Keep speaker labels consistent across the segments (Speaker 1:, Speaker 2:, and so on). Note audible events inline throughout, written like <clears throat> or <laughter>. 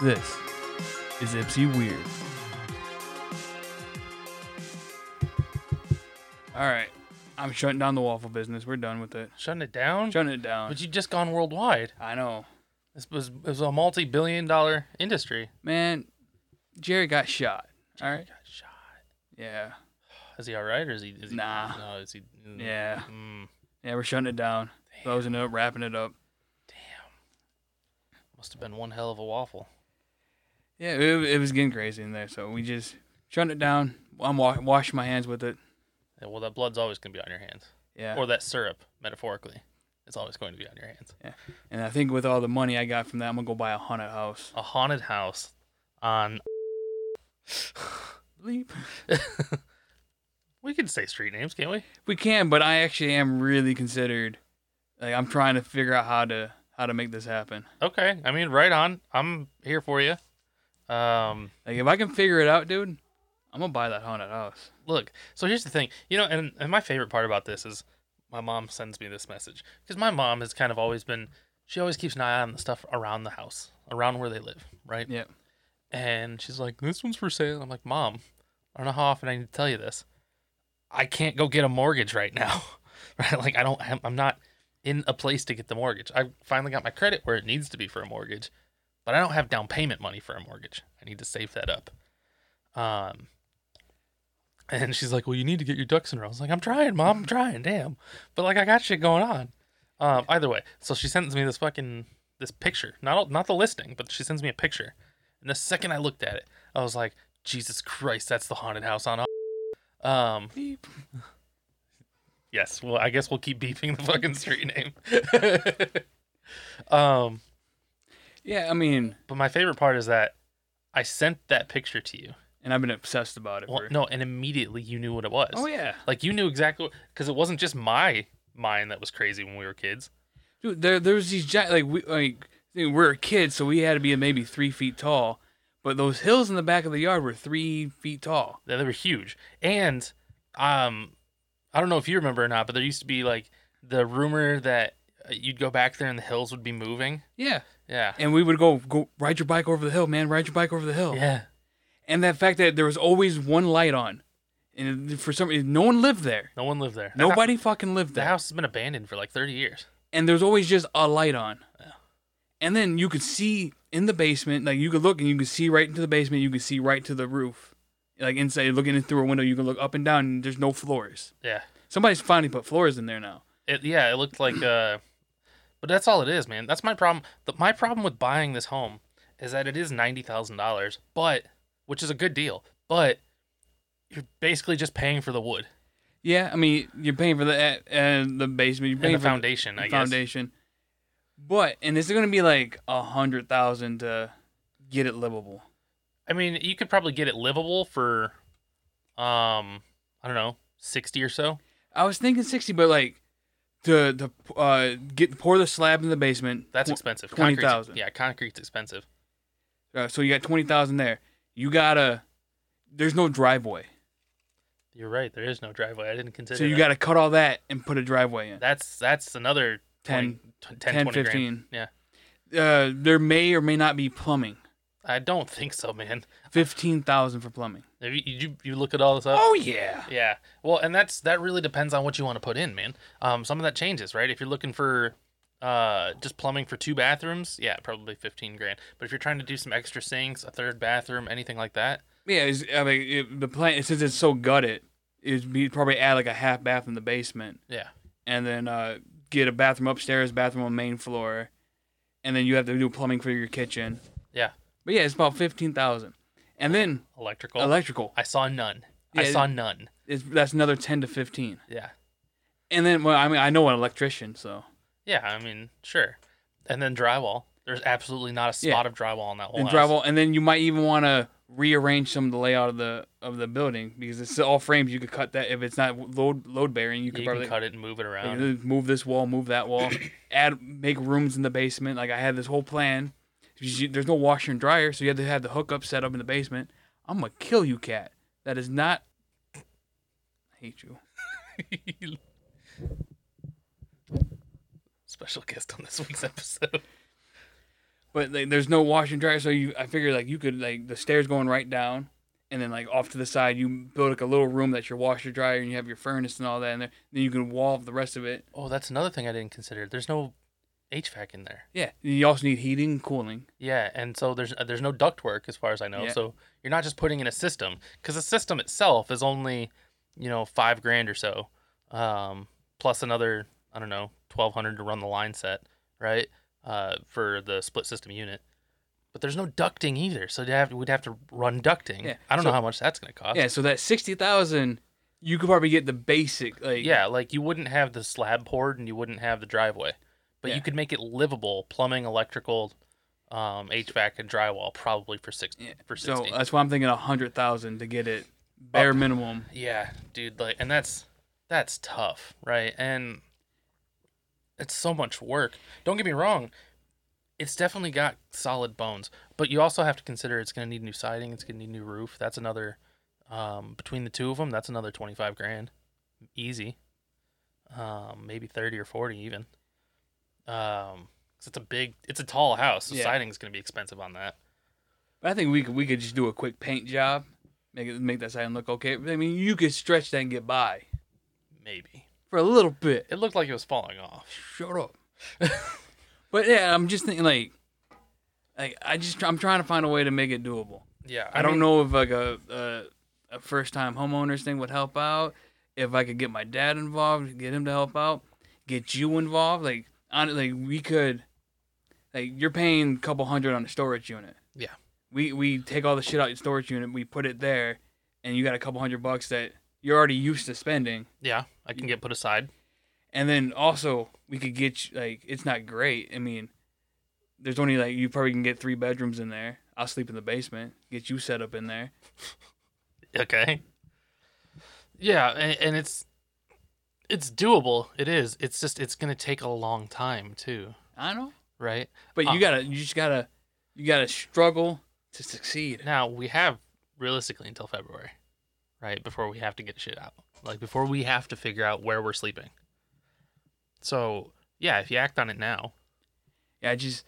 Speaker 1: This is Ipsy Weird. All right. I'm shutting down the waffle business. We're done with it.
Speaker 2: Shutting it down?
Speaker 1: Shutting it down.
Speaker 2: but you just gone worldwide.
Speaker 1: I know.
Speaker 2: This was it was a multi billion dollar industry.
Speaker 1: Man, Jerry got shot. All right.
Speaker 2: Got shot.
Speaker 1: Yeah.
Speaker 2: Is he all right or is he? Is he
Speaker 1: Nah.
Speaker 2: No, is he? mm,
Speaker 1: Yeah.
Speaker 2: Mm,
Speaker 1: Yeah, we're shutting it down. Closing it up, wrapping it up.
Speaker 2: must have been one hell of a waffle.
Speaker 1: Yeah, it, it was getting crazy in there. So we just shut it down. I'm wa- washing my hands with it.
Speaker 2: Yeah, well, that blood's always gonna be on your hands,
Speaker 1: Yeah.
Speaker 2: or that syrup, metaphorically, it's always going to be on your hands.
Speaker 1: and I think with all the money I got from that, I'm going to go buy a haunted house.
Speaker 2: A haunted house on.
Speaker 1: Bleep.
Speaker 2: We can say street names, can't we?
Speaker 1: We can, but I actually am really considered. Like I'm trying to figure out how to how to make this happen.
Speaker 2: Okay. I mean, right on. I'm here for you. Um,
Speaker 1: Like if I can figure it out, dude, I'm gonna buy that haunted house.
Speaker 2: look so here's the thing you know and, and my favorite part about this is my mom sends me this message because my mom has kind of always been she always keeps an eye on the stuff around the house around where they live right
Speaker 1: Yep.
Speaker 2: and she's like this one's for sale i'm like mom i don't know how often i need to tell you this i can't go get a mortgage right now <laughs> right like i don't I'm- i'm not in a place to get the mortgage i finally got my credit where it needs to be for a mortgage but i don't have down payment money for a mortgage i need to save that up um and she's like, "Well, you need to get your ducks in a row." I was like, "I'm trying, mom. I'm trying. Damn, but like I got shit going on." Um, either way, so she sends me this fucking this picture, not not the listing, but she sends me a picture. And the second I looked at it, I was like, "Jesus Christ, that's the haunted house on." a- <laughs> Um,
Speaker 1: Beep.
Speaker 2: yes. Well, I guess we'll keep beeping the fucking street name. <laughs> um,
Speaker 1: Yeah, I mean,
Speaker 2: but my favorite part is that I sent that picture to you.
Speaker 1: and I've been obsessed about it.
Speaker 2: Well,
Speaker 1: for,
Speaker 2: no, and immediately you knew what it was.
Speaker 1: Oh yeah,
Speaker 2: Like you knew exactly because it wasn't just my mind that was crazy when we were kids.
Speaker 1: dude. There, there was these giant like we like we were kids, so we had to be maybe three feet tall. But those hills in the back of the yard were three feet tall.
Speaker 2: They they were huge, and um, I don't know if you remember or not, but there used to be like the rumor that uh, you'd go back there and the hills would be moving.
Speaker 1: Yeah,
Speaker 2: Yeah,
Speaker 1: and we would go go ride your bike over the hill, man. Ride your bike over the hill.
Speaker 2: yeah.
Speaker 1: And that fact that there was always one light on, and for some reason, no one lived there.
Speaker 2: No one lived there. That hou-
Speaker 1: Nobody fucking lived
Speaker 2: The
Speaker 1: there.
Speaker 2: house has been abandoned for like thirty years.
Speaker 1: And there's always just a light on.
Speaker 2: Yeah.
Speaker 1: And then you could see in the basement, like you could look and you could see right into the basement, you could see right to the roof. Like inside, looking in through a window, you can look up and down, and there's no floors.
Speaker 2: Yeah,
Speaker 1: Somebody's finally put floors in there now.
Speaker 2: it yeah. It looked like uh, but that's all it is, man. That's my problem. The, my problem with buying this home is that it is ninety thousand dollars, but which is a good deal, but you're basically just paying for the wood.
Speaker 1: Yeah, I mean, you're paying for the uh, uh, the basement, you're paying
Speaker 2: and the
Speaker 1: for
Speaker 2: foundation, I
Speaker 1: the
Speaker 2: guess.
Speaker 1: foundation. But and it's going to be like a hundred thousand to get it livable.
Speaker 2: I mean, you could probably get it livable for, um, I don't know, sixty or so.
Speaker 1: I was thinking sixty, but like to to uh, get pour the slab in the basement.
Speaker 2: That's
Speaker 1: Wh-
Speaker 2: expensive.
Speaker 1: twenty
Speaker 2: Concrete's-
Speaker 1: thousand.
Speaker 2: Yeah, concrete's expensive.
Speaker 1: Uh, so you got twenty thousand there. You gotta. There's no driveway,
Speaker 2: You're right. There is no driveway. I didn't consider.
Speaker 1: so you
Speaker 2: that.
Speaker 1: gotta cut all that and put a driveway in.
Speaker 2: that's that's another
Speaker 1: 10,
Speaker 2: 20, 10,
Speaker 1: 10,
Speaker 2: 20 grand.
Speaker 1: 15.
Speaker 2: Yeah,
Speaker 1: Uh, there may or may not be plumbing.
Speaker 2: I don't think so, man.
Speaker 1: Fifteen thousand for plumbing.
Speaker 2: Have you, you you look at all this up?
Speaker 1: Oh yeah.
Speaker 2: Yeah. Well, and that's that really depends on what you want to put in, man. Um, some of that changes, right? If you're looking for uh just plumbing for two bathrooms, yeah, probably 15 grand. But if you're trying to do some extra sinks, a third bathroom, anything like that,
Speaker 1: Yeah, it's, I mean it, the plant since it's so gutted, it'd be probably add like a half bath in the basement.
Speaker 2: yeah.
Speaker 1: and then uh, get a bathroom upstairs, bathroom on main floor, and then you have to do plumbing for your kitchen.
Speaker 2: Yeah.
Speaker 1: But yeah, it's about fifteen thousand, and then
Speaker 2: Electrical.
Speaker 1: electrical.
Speaker 2: I saw none. I
Speaker 1: Yeah.
Speaker 2: saw none.
Speaker 1: It's, that's another ten to fifteen,
Speaker 2: Yeah.
Speaker 1: and then well, I mean, I know an electrician, so
Speaker 2: Yeah, I mean, sure. And then drywall. There's absolutely not a spot
Speaker 1: Yeah.
Speaker 2: of drywall on that whole
Speaker 1: and
Speaker 2: house.
Speaker 1: drywall, and then you might even want to rearrange some of the layout of the of the building because it's all frames. You could cut that if it's not load load bearing. You
Speaker 2: Yeah,
Speaker 1: could
Speaker 2: you
Speaker 1: probably
Speaker 2: can cut it and move it
Speaker 1: Like,
Speaker 2: around.
Speaker 1: just move this wall, move that
Speaker 2: <coughs>
Speaker 1: wall, add make rooms in the basement. Like I had this whole plan. You- There's no washer and dryer, so you had to have the hookup set up in the basement. I'm gonna kill you, cat. That is not. I hate you.
Speaker 2: Special guest on this week's episode.
Speaker 1: But like, there's no wash and dryer, so you I figure like you could like the stairs going right down, and then like off to the side you build like a little room that's your washer dryer, and you have your furnace and all that, and then you can wall the rest of it.
Speaker 2: <laughs> Oh, that's another thing I didn't consider. There's no HVAC in there.
Speaker 1: Yeah, you also need heating and cooling.
Speaker 2: Yeah, and so there's uh, there's no ductwork as far as I know.
Speaker 1: Yeah.
Speaker 2: So you're not just putting in a system because the system itself is only you know five grand or so, um, plus another I don't know twelve hundred to run the line set right uh, for the split system unit. But there's no ducting either, so you have, we'd have to run ducting.
Speaker 1: Yeah,
Speaker 2: I don't
Speaker 1: so-
Speaker 2: know how much that's gonna cost.
Speaker 1: Yeah, so that sixty thousand, you could probably get the basic like
Speaker 2: Yeah, like you wouldn't have the slab poured and you wouldn't have the driveway, but
Speaker 1: Yeah.
Speaker 2: you could make it livable, plumbing, electrical, um, HVAC, and drywall probably for six
Speaker 1: Yeah,
Speaker 2: for
Speaker 1: So
Speaker 2: sixty.
Speaker 1: that's why I'm thinking a hundred thousand to get it bare
Speaker 2: Up.
Speaker 1: minimum.
Speaker 2: yeah, dude, like, and that's that's tough, right? And it's so much work. Don't get me wrong, it's definitely got solid bones, but you also have to consider it's going to need new siding, it's going to need new roof. That's another um, between the two of them, that's another twenty five grand, easy, um, maybe thirty or forty even. Um, 'cause it's a big, it's a tall house, so
Speaker 1: Yeah.
Speaker 2: siding's going to be expensive on that.
Speaker 1: I think we could we could just do a quick paint job, make it make that siding look okay. I mean, you could stretch that and get by
Speaker 2: Maybe
Speaker 1: for a little bit.
Speaker 2: it looked like it was falling off.
Speaker 1: Shut up. <laughs> but yeah, I'm just thinking like, like I just I'm trying to find a way to make it doable.
Speaker 2: Yeah,
Speaker 1: I, don't
Speaker 2: mean-
Speaker 1: know if like a a, a first time homeowners thing would help out. If I could get my dad involved, get him to help out, get you involved, like on like we could, like you're paying a couple hundred on a storage unit.
Speaker 2: Yeah.
Speaker 1: We we take all the shit out your storage unit, we put it there, and you got a couple hundred bucks that you're already used to spending.
Speaker 2: Yeah, I can get put aside.
Speaker 1: And then also we could get you- like it's not great. I mean, there's only like you probably can get three bedrooms in there. I'll sleep in the basement. Get you set up in there.
Speaker 2: Okay. Yeah, and, and it's it's doable. It is. It's just it's gonna take a long time too,
Speaker 1: I know.
Speaker 2: right?
Speaker 1: But you
Speaker 2: Uh,
Speaker 1: gotta, you just gotta, you gotta struggle to succeed.
Speaker 2: Now we have realistically until February, right? Before we have to get shit out. Like before we have to figure out where we're sleeping. So yeah, if you act on it now,
Speaker 1: Yeah, I just,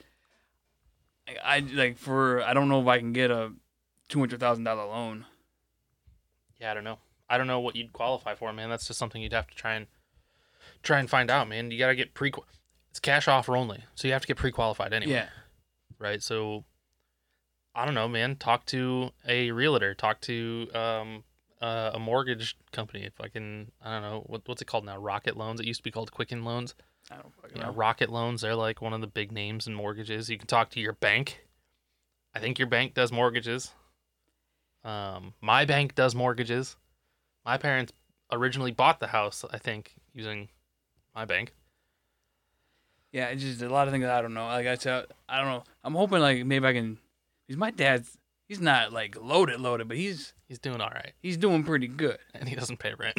Speaker 1: I, I like for I don't know if I can get a two hundred thousand dollar loan.
Speaker 2: yeah, I don't know. I don't know what you'd qualify for, man. That's just something you'd have to try and try and find out, man. You gotta get pre. It's cash offer only, so you have to get pre-qualified anyway.
Speaker 1: Yeah,
Speaker 2: right? So I don't know, man. Talk to a realtor. Talk to um, uh, a mortgage company. If I can, I don't know what, what's it called now. Rocket Loans. It used to be called Quicken Loans.
Speaker 1: I don't fucking
Speaker 2: You know,
Speaker 1: know.
Speaker 2: Rocket Loans. They're like one of the big names in mortgages. You can talk to your bank. I think your bank does mortgages. Um, my bank does mortgages. My parents originally bought the house. I think using my bank.
Speaker 1: Yeah, it's just a lot of things I don't know. Like I said, I don't know. I'm hoping like maybe I can. Because my dad's, he's not like loaded, loaded, but he's
Speaker 2: He's doing all right,
Speaker 1: he's doing pretty good.
Speaker 2: and he doesn't pay rent.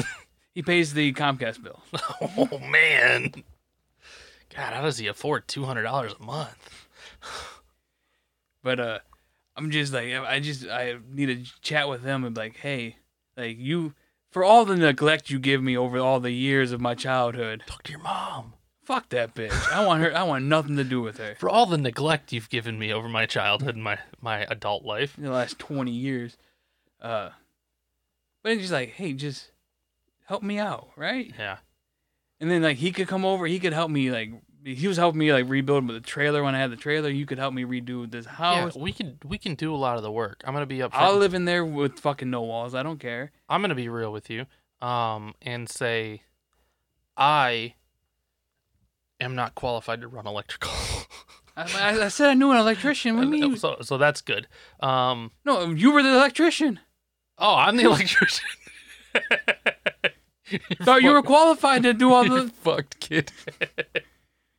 Speaker 1: He pays the Comcast bill. <laughs>
Speaker 2: <laughs> Oh man. God, how does he afford two hundred dollars a month?
Speaker 1: But uh, I'm just like I just I need to chat with them and be like, hey, like you for all the neglect you give me over all the years of my childhood,
Speaker 2: Talk to your mom.
Speaker 1: fuck that bitch. I want her. I want nothing to do with her.
Speaker 2: For all the neglect you've given me over my childhood and my, my adult life.
Speaker 1: In the last twenty years, uh, but it's just like, hey, just help me out, right?
Speaker 2: Yeah.
Speaker 1: And then like he could come over, he could help me like. He was helping me like rebuild with the trailer when I had the trailer. You could help me redo this
Speaker 2: Yeah,
Speaker 1: house.
Speaker 2: Oh, we can we can do a lot of the work. I'm gonna be up
Speaker 1: I'll live in there with fucking no walls. I don't care.
Speaker 2: I'm gonna be real with you, um, and say I am not qualified to run electrical. <laughs>
Speaker 1: I, I, I said I knew an electrician. What do you mean?
Speaker 2: so so that's good. Um
Speaker 1: No, you were the electrician.
Speaker 2: oh I'm the <laughs> electrician.
Speaker 1: Thought you were qualified to do all
Speaker 2: <laughs>
Speaker 1: the. <laughs>
Speaker 2: fucked kid.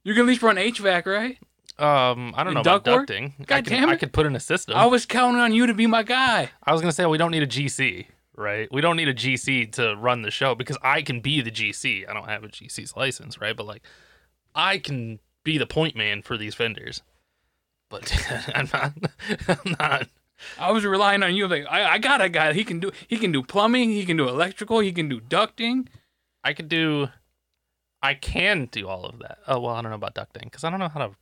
Speaker 1: You can at least run HVAC, right?
Speaker 2: Um, I don't know
Speaker 1: And
Speaker 2: about
Speaker 1: ductwork?
Speaker 2: ducting. I
Speaker 1: God
Speaker 2: could,
Speaker 1: damn
Speaker 2: I
Speaker 1: it.
Speaker 2: could put in a system.
Speaker 1: I was counting on you to be my guy.
Speaker 2: I was gonna say we don't need a GC, right? We don't need a GC to run the show because I can be the GC. I don't have a GC's license, right? But like, I can be the point man for these vendors. But <laughs> I'm not. I'm not.
Speaker 1: I was relying on you. Like I, I got a guy. He can do. He can do plumbing. He can do electrical. He can do ducting.
Speaker 2: I could do. I can do all of that. Oh well, I don't know about ducting because I don't know how to.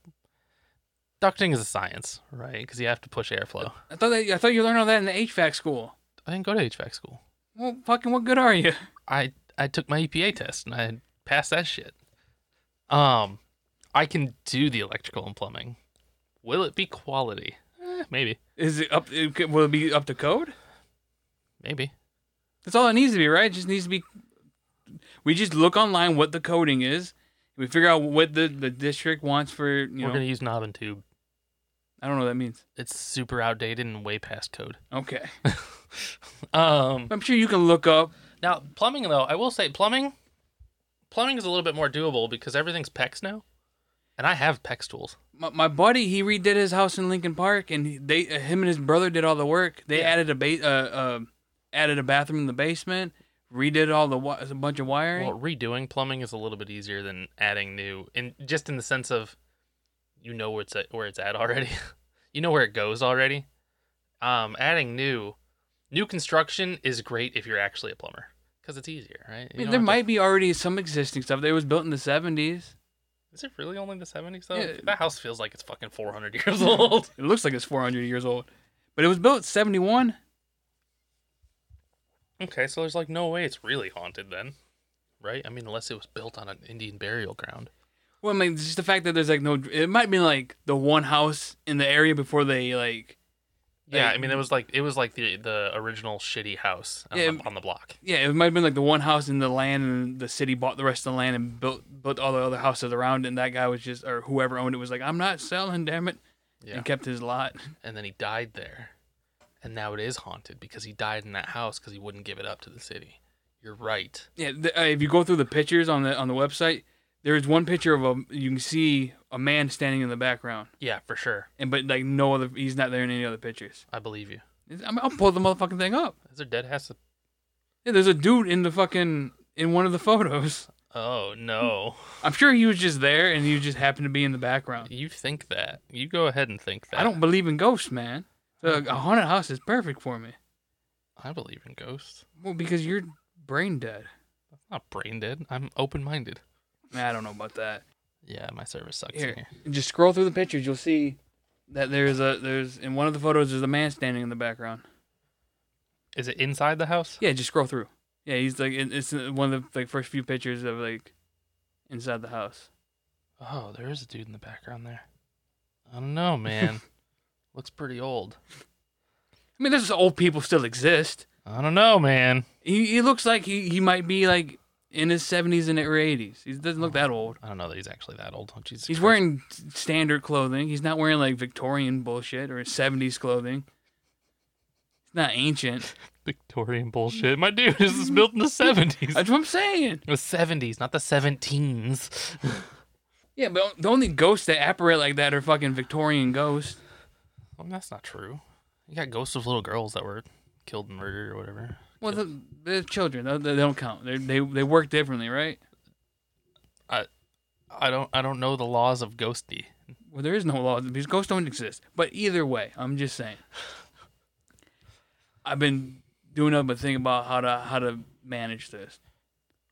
Speaker 2: ducting is a science, right? Because you have to push airflow.
Speaker 1: I thought that, I thought you learned all that in the HVAC school.
Speaker 2: I didn't go to HVAC school.
Speaker 1: Well, fucking, what good are you? <laughs>
Speaker 2: I I took my EPA test and I passed that shit. Um, I can do the electrical and plumbing. Will it be quality? Eh, maybe,
Speaker 1: Is it up? it could- Will it be up to code?
Speaker 2: maybe.
Speaker 1: That's all it needs to be, right? It just needs to be. We just look online what the coding is. We figure out what the, the district wants for you know.
Speaker 2: We're gonna use knob and tube.
Speaker 1: I don't know what that means.
Speaker 2: It's super outdated and way past code.
Speaker 1: Okay,
Speaker 2: Um,
Speaker 1: I'm sure you can look up.
Speaker 2: now plumbing though, I will say plumbing, plumbing is a little bit more doable because everything's PEX now, and I have PEX tools.
Speaker 1: My, my buddy, he redid his house in Lincoln Park, and they uh, him and his brother did all the work. They
Speaker 2: Yeah.
Speaker 1: added a ba- uh, uh, added a bathroom in the basement, redid all the wi- a bunch of wiring.
Speaker 2: Well, redoing plumbing is a little bit easier than adding new, and just in the sense of, you know where it's at, where it's at <laughs> already, you know where it goes already. Um, adding new, new construction is great if you're actually a plumber because it's easier, right?
Speaker 1: I
Speaker 2: You
Speaker 1: mean,
Speaker 2: don't
Speaker 1: there
Speaker 2: have to-
Speaker 1: might be already some existing stuff. It was built in the 70s.
Speaker 2: Is it really only the seventies though?
Speaker 1: Yeah.
Speaker 2: That house feels like it's fucking
Speaker 1: <laughs>
Speaker 2: four hundred years old.
Speaker 1: It looks like it's 400 years old, but it was built 71.
Speaker 2: okay, so there's like no way it's really haunted then, right? I mean, unless it was built on an Indian burial ground.
Speaker 1: Well, I mean, just the fact that there's like no, it might be like the one house in the area before they like,
Speaker 2: Yeah,
Speaker 1: Like-
Speaker 2: I mean, it was like it was like the the original shitty house on,
Speaker 1: Yeah,
Speaker 2: the, on the block.
Speaker 1: yeah, it might have been like the one house in the land and the city bought the rest of the land and built built all the other houses around. And that guy was just, or whoever owned it was like, I'm not selling, damn it,
Speaker 2: Yeah.
Speaker 1: and kept his lot.
Speaker 2: and then he died there. And now it is haunted because he died in that house because he wouldn't give it up to the city. You're right.
Speaker 1: Yeah, the, uh, if you go through the pictures on the on the website, there is one picture of a you can see a man standing in the background,
Speaker 2: Yeah, for sure.
Speaker 1: and but like no other, he's not there in any other pictures.
Speaker 2: I believe you.
Speaker 1: It's- I'm, I'll pull the motherfucking thing up.
Speaker 2: Is there dead house?
Speaker 1: Yeah, there's a dude in the fucking in one of the <laughs> photos.
Speaker 2: Oh no!
Speaker 1: I'm sure he was just there and you just happened to be in the background.
Speaker 2: You think that? You go ahead and think that.
Speaker 1: I don't believe in ghosts, man. So a haunted house is perfect for me.
Speaker 2: I believe in ghosts.
Speaker 1: Well, because you're brain dead.
Speaker 2: I'm not brain dead. I'm open minded.
Speaker 1: Nah, I don't know about that.
Speaker 2: Yeah, my service sucks in
Speaker 1: Here,
Speaker 2: here.
Speaker 1: just scroll through the pictures. You'll see that there's a there's in one of the photos there's a man standing in the background.
Speaker 2: Is it inside the house?
Speaker 1: Yeah, just scroll through. Yeah, he's like it- it's one of the like first few pictures of like inside the house.
Speaker 2: Oh, there is a dude in the background there. I don't
Speaker 1: <laughs>
Speaker 2: know, man. Looks pretty old.
Speaker 1: I mean, there's old people still exist.
Speaker 2: I don't know, man.
Speaker 1: He he looks like he, he might be like in his 70s and or 80s. He doesn't look that old.
Speaker 2: I don't know that he's actually that old. Oh, Jesus
Speaker 1: He's
Speaker 2: Christ.
Speaker 1: wearing standard clothing. He's not wearing like Victorian bullshit or 70s clothing. It's not <laughs> ancient.
Speaker 2: Victorian bullshit. My dude, this is built in <laughs> the 70s.
Speaker 1: That's what I'm saying.
Speaker 2: The 70s, not the 17s.
Speaker 1: Yeah, but the only ghosts that apparate like that are fucking Victorian ghosts.
Speaker 2: Well, that's not true. You got ghosts of little girls that were killed and murdered or whatever.
Speaker 1: Well, the, they're children. They they don't count. They they they work differently, right?
Speaker 2: I don't I don't know the laws of ghosty.
Speaker 1: Well, there is no law because ghosts don't exist. But either way, I'm just saying. I've been doing up a thing about how to how to manage this.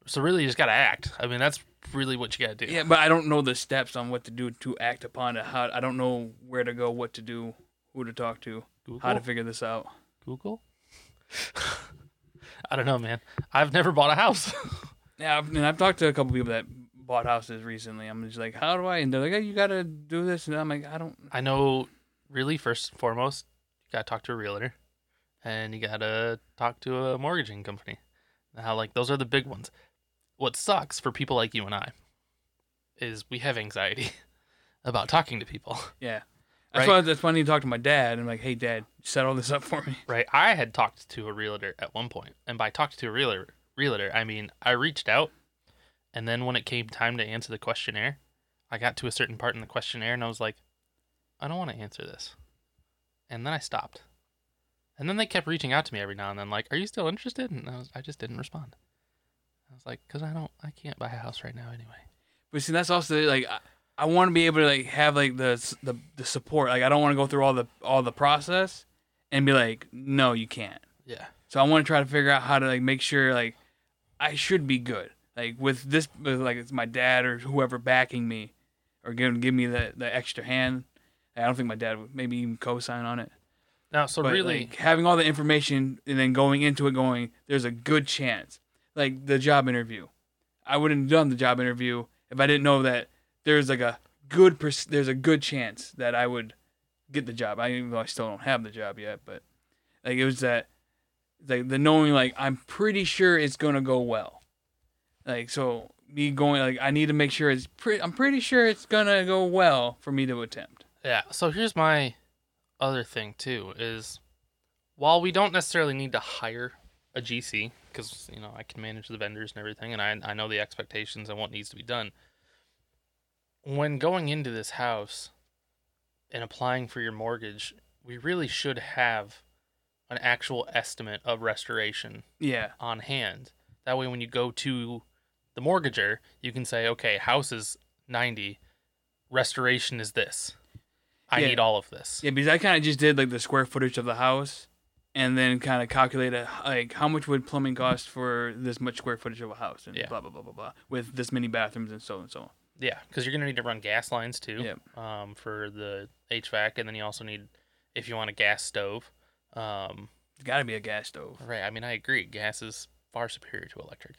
Speaker 2: So really you just got to act. I mean, that's really what you got to do.
Speaker 1: Yeah, but I don't know the steps on what to do to act upon it. How I don't know where to go, what to do, who to talk to,
Speaker 2: Google?
Speaker 1: how to figure this out.
Speaker 2: Google? <laughs> I don't know, man. I've never bought a house. <laughs>
Speaker 1: Yeah, I've, and I've talked to a couple people that bought houses recently. I'm just like, how do I? And they're like, hey, you gotta do this, and I'm like, I don't.
Speaker 2: I know really first and foremost, you gotta talk to a realtor and you gotta talk to a mortgaging company. Now like those are the big ones. What sucks for people like you and I is we have anxiety <laughs> about talking to people.
Speaker 1: Yeah, that's
Speaker 2: Right.
Speaker 1: why that's why I need to talk to my dad. I'm like, hey, dad, set all this up for me.
Speaker 2: Right. I had talked to a realtor at one point, and by talked to a realtor realtor, I mean I reached out and then when it came time to answer the questionnaire, I got to a certain part in the questionnaire and I was like, I don't want to answer this. And then I stopped. And then they kept reaching out to me every now and then, like, Are you still interested? And I was I just didn't respond. I was like, because I don't, I can't buy a house right now anyway.
Speaker 1: But see, that's also like I, I want to be able to like have like the s- the, the support. Like I don't want to go through all the all the process and be like, no, you can't.
Speaker 2: Yeah.
Speaker 1: So I want to try to figure out how to like make sure like I should be good. Like with this, with, like it's my dad or whoever backing me or giving give me the the extra hand. I don't think my dad would maybe even co-sign on it.
Speaker 2: Now, so
Speaker 1: But
Speaker 2: really,
Speaker 1: like, having all the information and then going into it, going there's a good chance. Like the job interview, I wouldn't have done the job interview if I didn't know that there's like a good per- there's a good chance that I would get the job. I even though I still don't have the job yet, but like it was that like the knowing like I'm pretty sure it's gonna go well. Like so me going like I need to make sure it's pre- I'm pretty sure it's gonna go well for me to attempt.
Speaker 2: yeah. So here's my other thing too is while we don't necessarily need to hire a GC because you know I can manage the vendors and everything, and I I know the expectations and what needs to be done. When going into this house and applying for your mortgage, we really should have an actual estimate of restoration
Speaker 1: Yeah.
Speaker 2: on hand. That way, when you go to the mortgager, you can say, okay, house is 90, restoration is this. I
Speaker 1: Yeah.
Speaker 2: need all of this.
Speaker 1: Yeah, because I kind of just did like the square footage of the house, and then kind of calculated like how much would plumbing cost for this much square footage of a house, and
Speaker 2: Yeah.
Speaker 1: blah blah blah blah blah, with this many bathrooms and so and so on.
Speaker 2: Yeah, because you're gonna need to run gas lines too.
Speaker 1: Yep.
Speaker 2: Um, for the HVAC, and then you also need, if you want a gas stove. Um,
Speaker 1: It's got to be a gas stove.
Speaker 2: right. I mean, I agree. Gas is far superior to electric,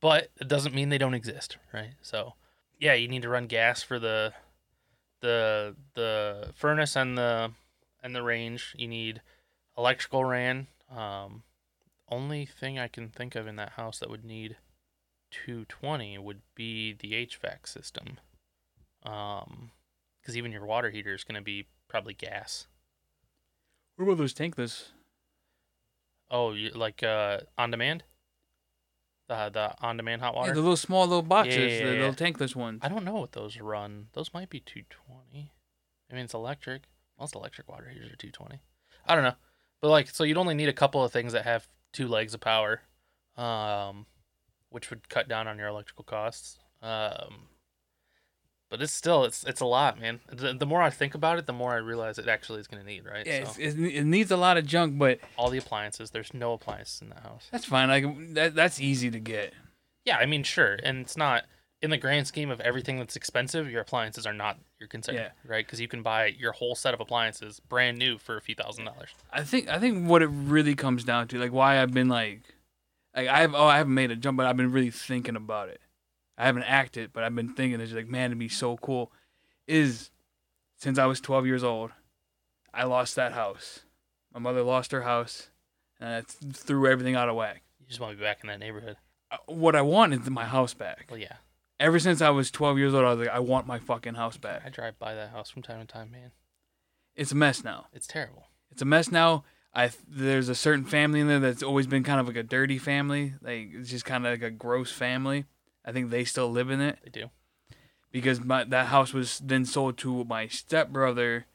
Speaker 2: but it doesn't mean they don't exist, right? So, yeah, you need to run gas for the, the the furnace and the and the range. You need electrical ran. Um, only thing I can think of in that house that would need 220 would be the HVAC system. Um, because even your water heater is going to be probably gas.
Speaker 1: What about those tankless?
Speaker 2: Oh, you, like uh, on demand? The the on demand hot
Speaker 1: Yeah,
Speaker 2: water?
Speaker 1: the little small little boxes,
Speaker 2: yeah,
Speaker 1: the
Speaker 2: yeah.
Speaker 1: little tankless ones.
Speaker 2: I don't know what those run. Those might be 220. I mean, it's electric. Most electric water heaters are 220. I don't know. But like, so you'd only need a couple of things that have two legs of power, um, which would cut down on your electrical costs. Um, but it's still, it's it's a lot, man. The, the more I think about it, the more I realize it actually is going to need, right?
Speaker 1: Yeah, it's,
Speaker 2: so
Speaker 1: it, it needs a lot of junk, but
Speaker 2: all the appliances, there's no appliances in the house.
Speaker 1: that's fine. Like that, that's easy to get.
Speaker 2: Yeah, I mean, sure, and it's not in the grand scheme of everything that's expensive. Your appliances are not your concern,
Speaker 1: Yeah.
Speaker 2: right? Because you can buy your whole set of appliances brand new for a few thousand dollars.
Speaker 1: I think I think what it really comes down to, like why I've been like, like I've oh I haven't made a jump, but I've been really thinking about it. I haven't acted, but I've been thinking. It's just like man, it'd be so cool. Is since I was 12 years old, I lost that house. My mother lost her house, and that threw everything out of whack.
Speaker 2: You just want to be back in that neighborhood.
Speaker 1: Uh, What I want is my house back.
Speaker 2: Well, yeah,
Speaker 1: Ever since I was 12 years old, I was like, I want my fucking house
Speaker 2: I
Speaker 1: back.
Speaker 2: drive by that house from time to time, man.
Speaker 1: It's a mess now.
Speaker 2: It's terrible.
Speaker 1: it's a mess now. I there's a certain family in there that's always been kind of like a dirty family, like it's just kind of like a gross family. I think they still live in it
Speaker 2: They do.
Speaker 1: because my that house was then sold to my stepbrother.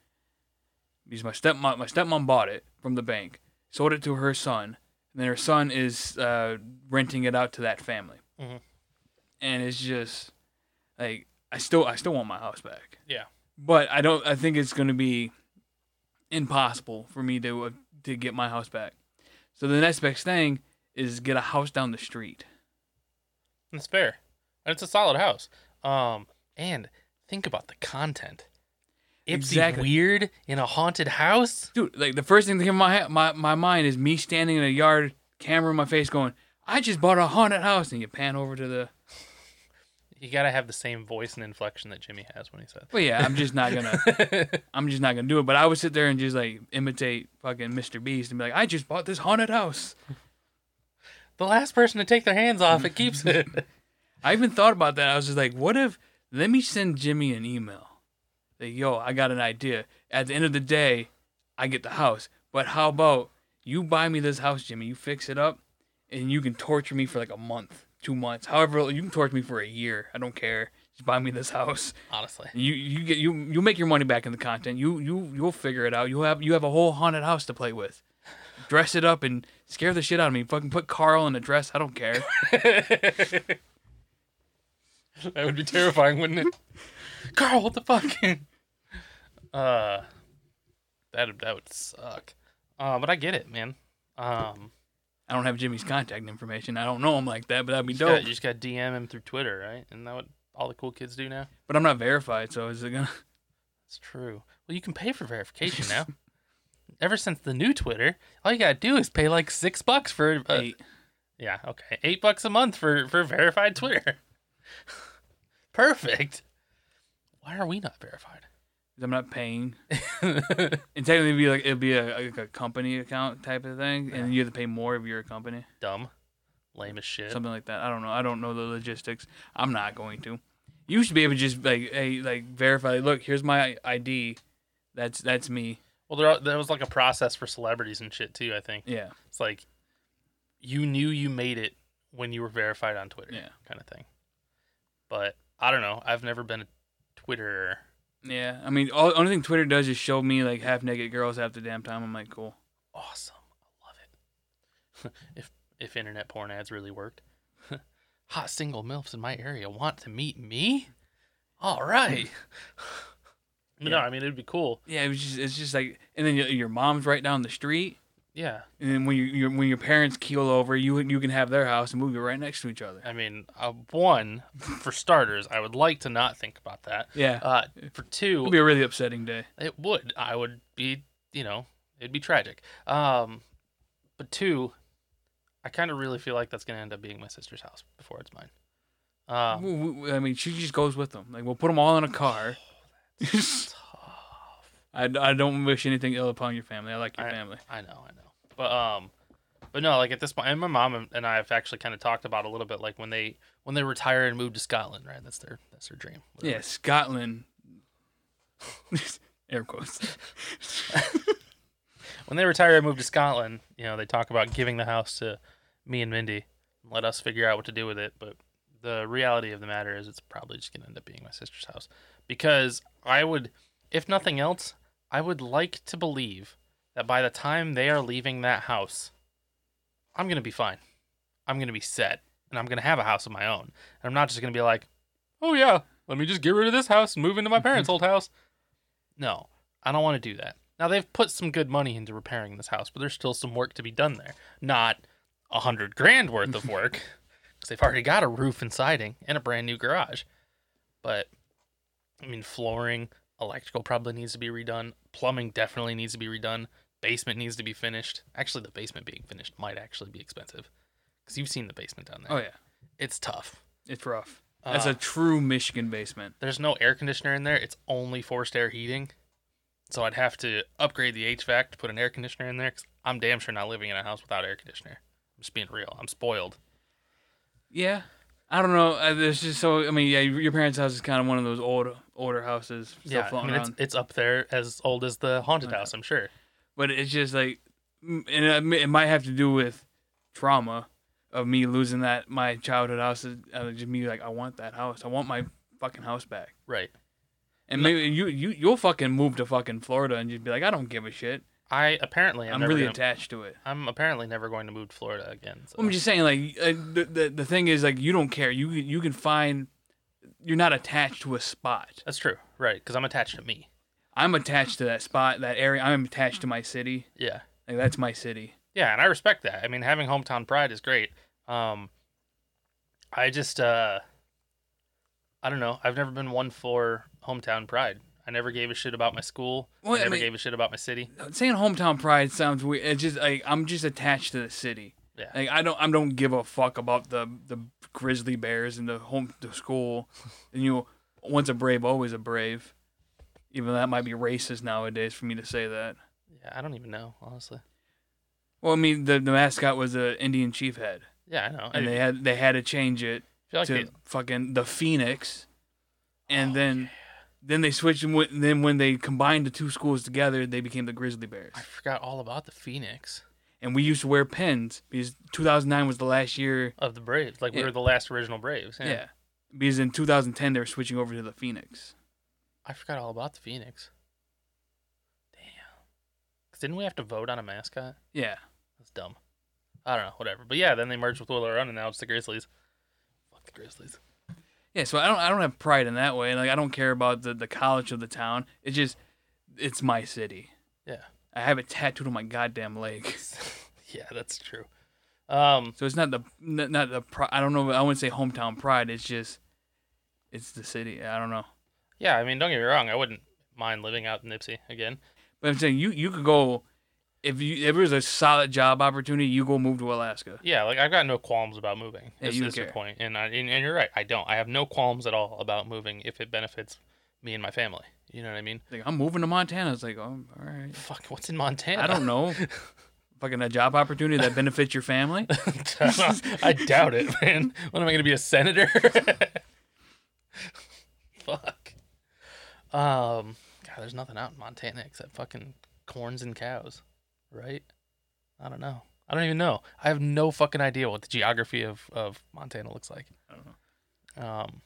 Speaker 1: Because my stepmom my stepmom bought it from the bank, sold it to her son, and then her son is uh, renting it out to that family.
Speaker 2: Mhm.
Speaker 1: And it's just like I still I still want my house back.
Speaker 2: Yeah.
Speaker 1: But I don't I think it's going to be impossible for me to uh, to get my house back. So the next best thing is get a house down the street.
Speaker 2: It's fair. And It's a solid house. Um, and think about the content. It's
Speaker 1: Exactly.
Speaker 2: weird in a haunted house.
Speaker 1: dude, like the first thing that came to my, my my mind is me standing in a yard, camera in my face, going, "I just bought a haunted house," and you pan over to the.
Speaker 2: You gotta have the same voice and inflection that Jimmy has when he says.
Speaker 1: But yeah, I'm just not gonna, I'm just not gonna do it. But I would sit there and just like imitate fucking Mr. Beast and be like, "I just bought this haunted house."
Speaker 2: the last person to take their hands off it keeps it.
Speaker 1: <laughs> I even thought about that. I was just like, "What if? Let me send Jimmy an email. Like, yo, I got an idea. At the end of the day, I get the house. But how about you buy me this house, Jimmy? You fix it up, and you can torture me for like a month, two months, however. You can torture me for a year. I don't care. Just buy me this <laughs> house.
Speaker 2: Honestly.
Speaker 1: You you get you you make your money back in the content. You you you'll figure it out. You have you have a whole haunted house to play with. Dress it up and scare the shit out of me. Fucking put Carl in a dress. I don't care.
Speaker 2: that would be terrifying, wouldn't it? Carl, what the fuck? <laughs> uh, that that would suck. Uh, but I get it, man. Um,
Speaker 1: I don't have Jimmy's contact information. I don't know him like that, but that'd be
Speaker 2: you, just got,
Speaker 1: dope.
Speaker 2: you just got DM him through Twitter, right? Isn't that what all the cool kids do now?
Speaker 1: But I'm not verified, so is it gonna?
Speaker 2: It's true. Well, you can pay for verification now. Ever since the new Twitter, all you gotta do is pay like six bucks for. Uh,
Speaker 1: Eight.
Speaker 2: Yeah, okay, eight bucks a month for for verified Twitter. <laughs> Perfect. Why are we not
Speaker 1: I'm not
Speaker 2: <laughs>
Speaker 1: paying.
Speaker 2: verified?
Speaker 1: And technically, it'd be like it'd be a like a company account type of thing, and you have to pay more if you're a company,
Speaker 2: Dumb, lame as shit.
Speaker 1: something like that. I don't know. I don't know the logistics. I'm not going to. You should be able to just like hey, like verify. like, Look, here's my ID. That's that's me.
Speaker 2: Well, there are, there was like a process for celebrities and shit too. I think
Speaker 1: Yeah.
Speaker 2: it's like you knew you made it when you were verified on Twitter,
Speaker 1: Yeah.
Speaker 2: kind of thing. But I don't know. I've never been a Twitterer.
Speaker 1: Yeah, I mean, all, only thing Twitter does is show me like half naked girls half the damn time. I'm like, cool.
Speaker 2: Awesome, I love it. <laughs> if if internet porn ads really worked, <laughs> hot single milfs in my area want to meet me. All right. But <laughs> No,
Speaker 1: Hmm. Yeah.
Speaker 2: I mean it'd be cool.
Speaker 1: Yeah, it was just it's just like, and then your, your mom's right down the street,
Speaker 2: Yeah,
Speaker 1: and then when you your, when your parents keel over, you you can have their house and move you right next to each other.
Speaker 2: I mean, uh, one for starters, I would like to not think about that.
Speaker 1: Yeah, <laughs>
Speaker 2: Uh, for two,
Speaker 1: it'd be a really upsetting day.
Speaker 2: It would. I would be, you know, it'd be tragic. Um, but two, I kind of really feel like that's gonna end up being my sister's house before it's mine. Um,
Speaker 1: W- w- I mean, she just goes with them. Like we'll put them all in a car.
Speaker 2: Oh,
Speaker 1: <laughs>
Speaker 2: tough.
Speaker 1: I, I don't wish anything ill upon your family. I like your
Speaker 2: I-
Speaker 1: family.
Speaker 2: I know, I know. But um, but no, like at this point, and my mom and- and I have actually kind of talked about a little bit, like when they when they retire and move to Scotland, right? That's their that's their dream.
Speaker 1: Yeah,
Speaker 2: whatever.
Speaker 1: Scotland. <laughs> Air
Speaker 2: <laughs>
Speaker 1: quotes.
Speaker 2: When they retire and move to Scotland, you know, they talk about giving the house to me and Mindy. and Let us figure out what to do with it. But the reality of the matter is, it's probably just gonna end up being my sister's house because I would, if nothing else, I would like to believe that by the time they are leaving that house, I'm gonna be fine. I'm gonna be set, and I'm gonna have a house of my own. And I'm not just gonna be like, oh yeah, let me just get rid of this house and move into my parents' old house. No, I don't want to do that. Now they've put some good money into repairing this house, but there's still some work to be done there. Not a hundred grand worth of work, because they've already got a roof and siding and a brand new garage. But I mean, flooring, electrical probably needs to be redone. Plumbing definitely needs to be redone. Basement needs to be finished. Actually, the basement being finished might actually be expensive, because you've seen the basement down there.
Speaker 1: Oh yeah,
Speaker 2: It's tough.
Speaker 1: it's rough. That's
Speaker 2: Uh,
Speaker 1: a true Michigan basement.
Speaker 2: There's no air conditioner in there. It's only forced air heating. So I'd have to upgrade the HVAC to put an air conditioner in there because I'm damn sure not living in a house without air conditioner. I'm just being real. I'm spoiled.
Speaker 1: Yeah, I don't know. Uh, There's just so I mean, yeah, your your parents' house is kind of one of those old older houses, stuff
Speaker 2: yeah, I
Speaker 1: floating
Speaker 2: mean, it's,
Speaker 1: around.
Speaker 2: it's up there as old as the haunted
Speaker 1: Okay.
Speaker 2: house, I'm sure.
Speaker 1: but it's just like, mm, and it mi- it might have to do with trauma of me losing that my childhood house. is- Uh, just me like, I want that house. I want my fucking house back.
Speaker 2: Right.
Speaker 1: And maybe you you you'll fucking move to fucking Florida and just be like, I don't give a shit.
Speaker 2: I apparently am
Speaker 1: I'm
Speaker 2: never
Speaker 1: really
Speaker 2: gonna-
Speaker 1: attached to it.
Speaker 2: I'm apparently never going to move to Florida again. So.
Speaker 1: I'm just saying, like, uh, the, the the thing is, like, you don't care. You you can find. You're not attached to a spot.
Speaker 2: That's true. Right. Because I'm attached to me.
Speaker 1: I'm attached to that spot, that area. I'm attached to my city.
Speaker 2: Yeah.
Speaker 1: Like that's my city.
Speaker 2: Yeah, and I respect that. I mean, having hometown pride is great. Um, I just, uh, I don't know. I've never been one for hometown pride. I never gave a shit about my school.
Speaker 1: Well, I
Speaker 2: I never
Speaker 1: mean-
Speaker 2: gave a shit about my city.
Speaker 1: Saying hometown pride sounds weird. It's just like I'm just attached to the city.
Speaker 2: Yeah.
Speaker 1: Like I don't I don't give a fuck about the the grizzly bears and the home the school. And you know, once a brave, always a brave. Even though that might be racist nowadays for me to say that.
Speaker 2: Yeah, I don't even know, honestly.
Speaker 1: Well, I mean the, the mascot was a Indian chief head,
Speaker 2: Yeah, I know. I
Speaker 1: and they had they had to change it
Speaker 2: feel like
Speaker 1: to
Speaker 2: they-
Speaker 1: fucking the Phoenix, and then then they switched. And went, then when they combined the two schools together, they became the Grizzly Bears.
Speaker 2: I forgot all about the Phoenix
Speaker 1: And we used to wear pins because 2009 was the last year.
Speaker 2: of the Braves. Like we
Speaker 1: Yeah.
Speaker 2: were the last original Braves.
Speaker 1: Yeah. because in 2010 they were switching over to the Phoenix.
Speaker 2: I forgot all about the Phoenix. Damn. 'Cause didn't we have to vote on a mascot?
Speaker 1: Yeah,
Speaker 2: That's dumb. I don't know, whatever. But yeah, then they merged with Willow Run, and now it's the Grizzlies. Fuck the Grizzlies.
Speaker 1: yeah. So I don't I don't have pride in that way. Like I don't care about the the college of the town. It's just it's my city.
Speaker 2: Yeah. <laughs>
Speaker 1: I have it tattooed on my goddamn leg.
Speaker 2: yeah, that's true. Um,
Speaker 1: So it's not the not, not the pri- I don't know. I wouldn't say hometown pride. It's just it's the city. I don't know.
Speaker 2: yeah, I mean, don't get me wrong. I wouldn't. mind living out in Nipsey again.
Speaker 1: But I'm saying you you could go if you if it was a solid job opportunity, you go move to Alaska.
Speaker 2: Yeah, like I've got no qualms about moving.
Speaker 1: Yeah,
Speaker 2: Is,
Speaker 1: you
Speaker 2: is your
Speaker 1: care.
Speaker 2: point? And, I, and and you're right. I don't. I have no qualms at all about moving if it benefits me and my family. You know what I mean?
Speaker 1: Like I'm moving to Montana. It's like, oh, all right.
Speaker 2: Fuck, what's in Montana?
Speaker 1: I don't know. Fucking a job opportunity that benefits your family.
Speaker 2: <laughs> I doubt it, man. When am I going to be a senator? <laughs> Fuck. Um, God, there's nothing out in Montana except fucking corns and cows, right? I don't know. I don't even know. I have no fucking idea what the geography of, of Montana looks like.
Speaker 1: I don't know.
Speaker 2: Um,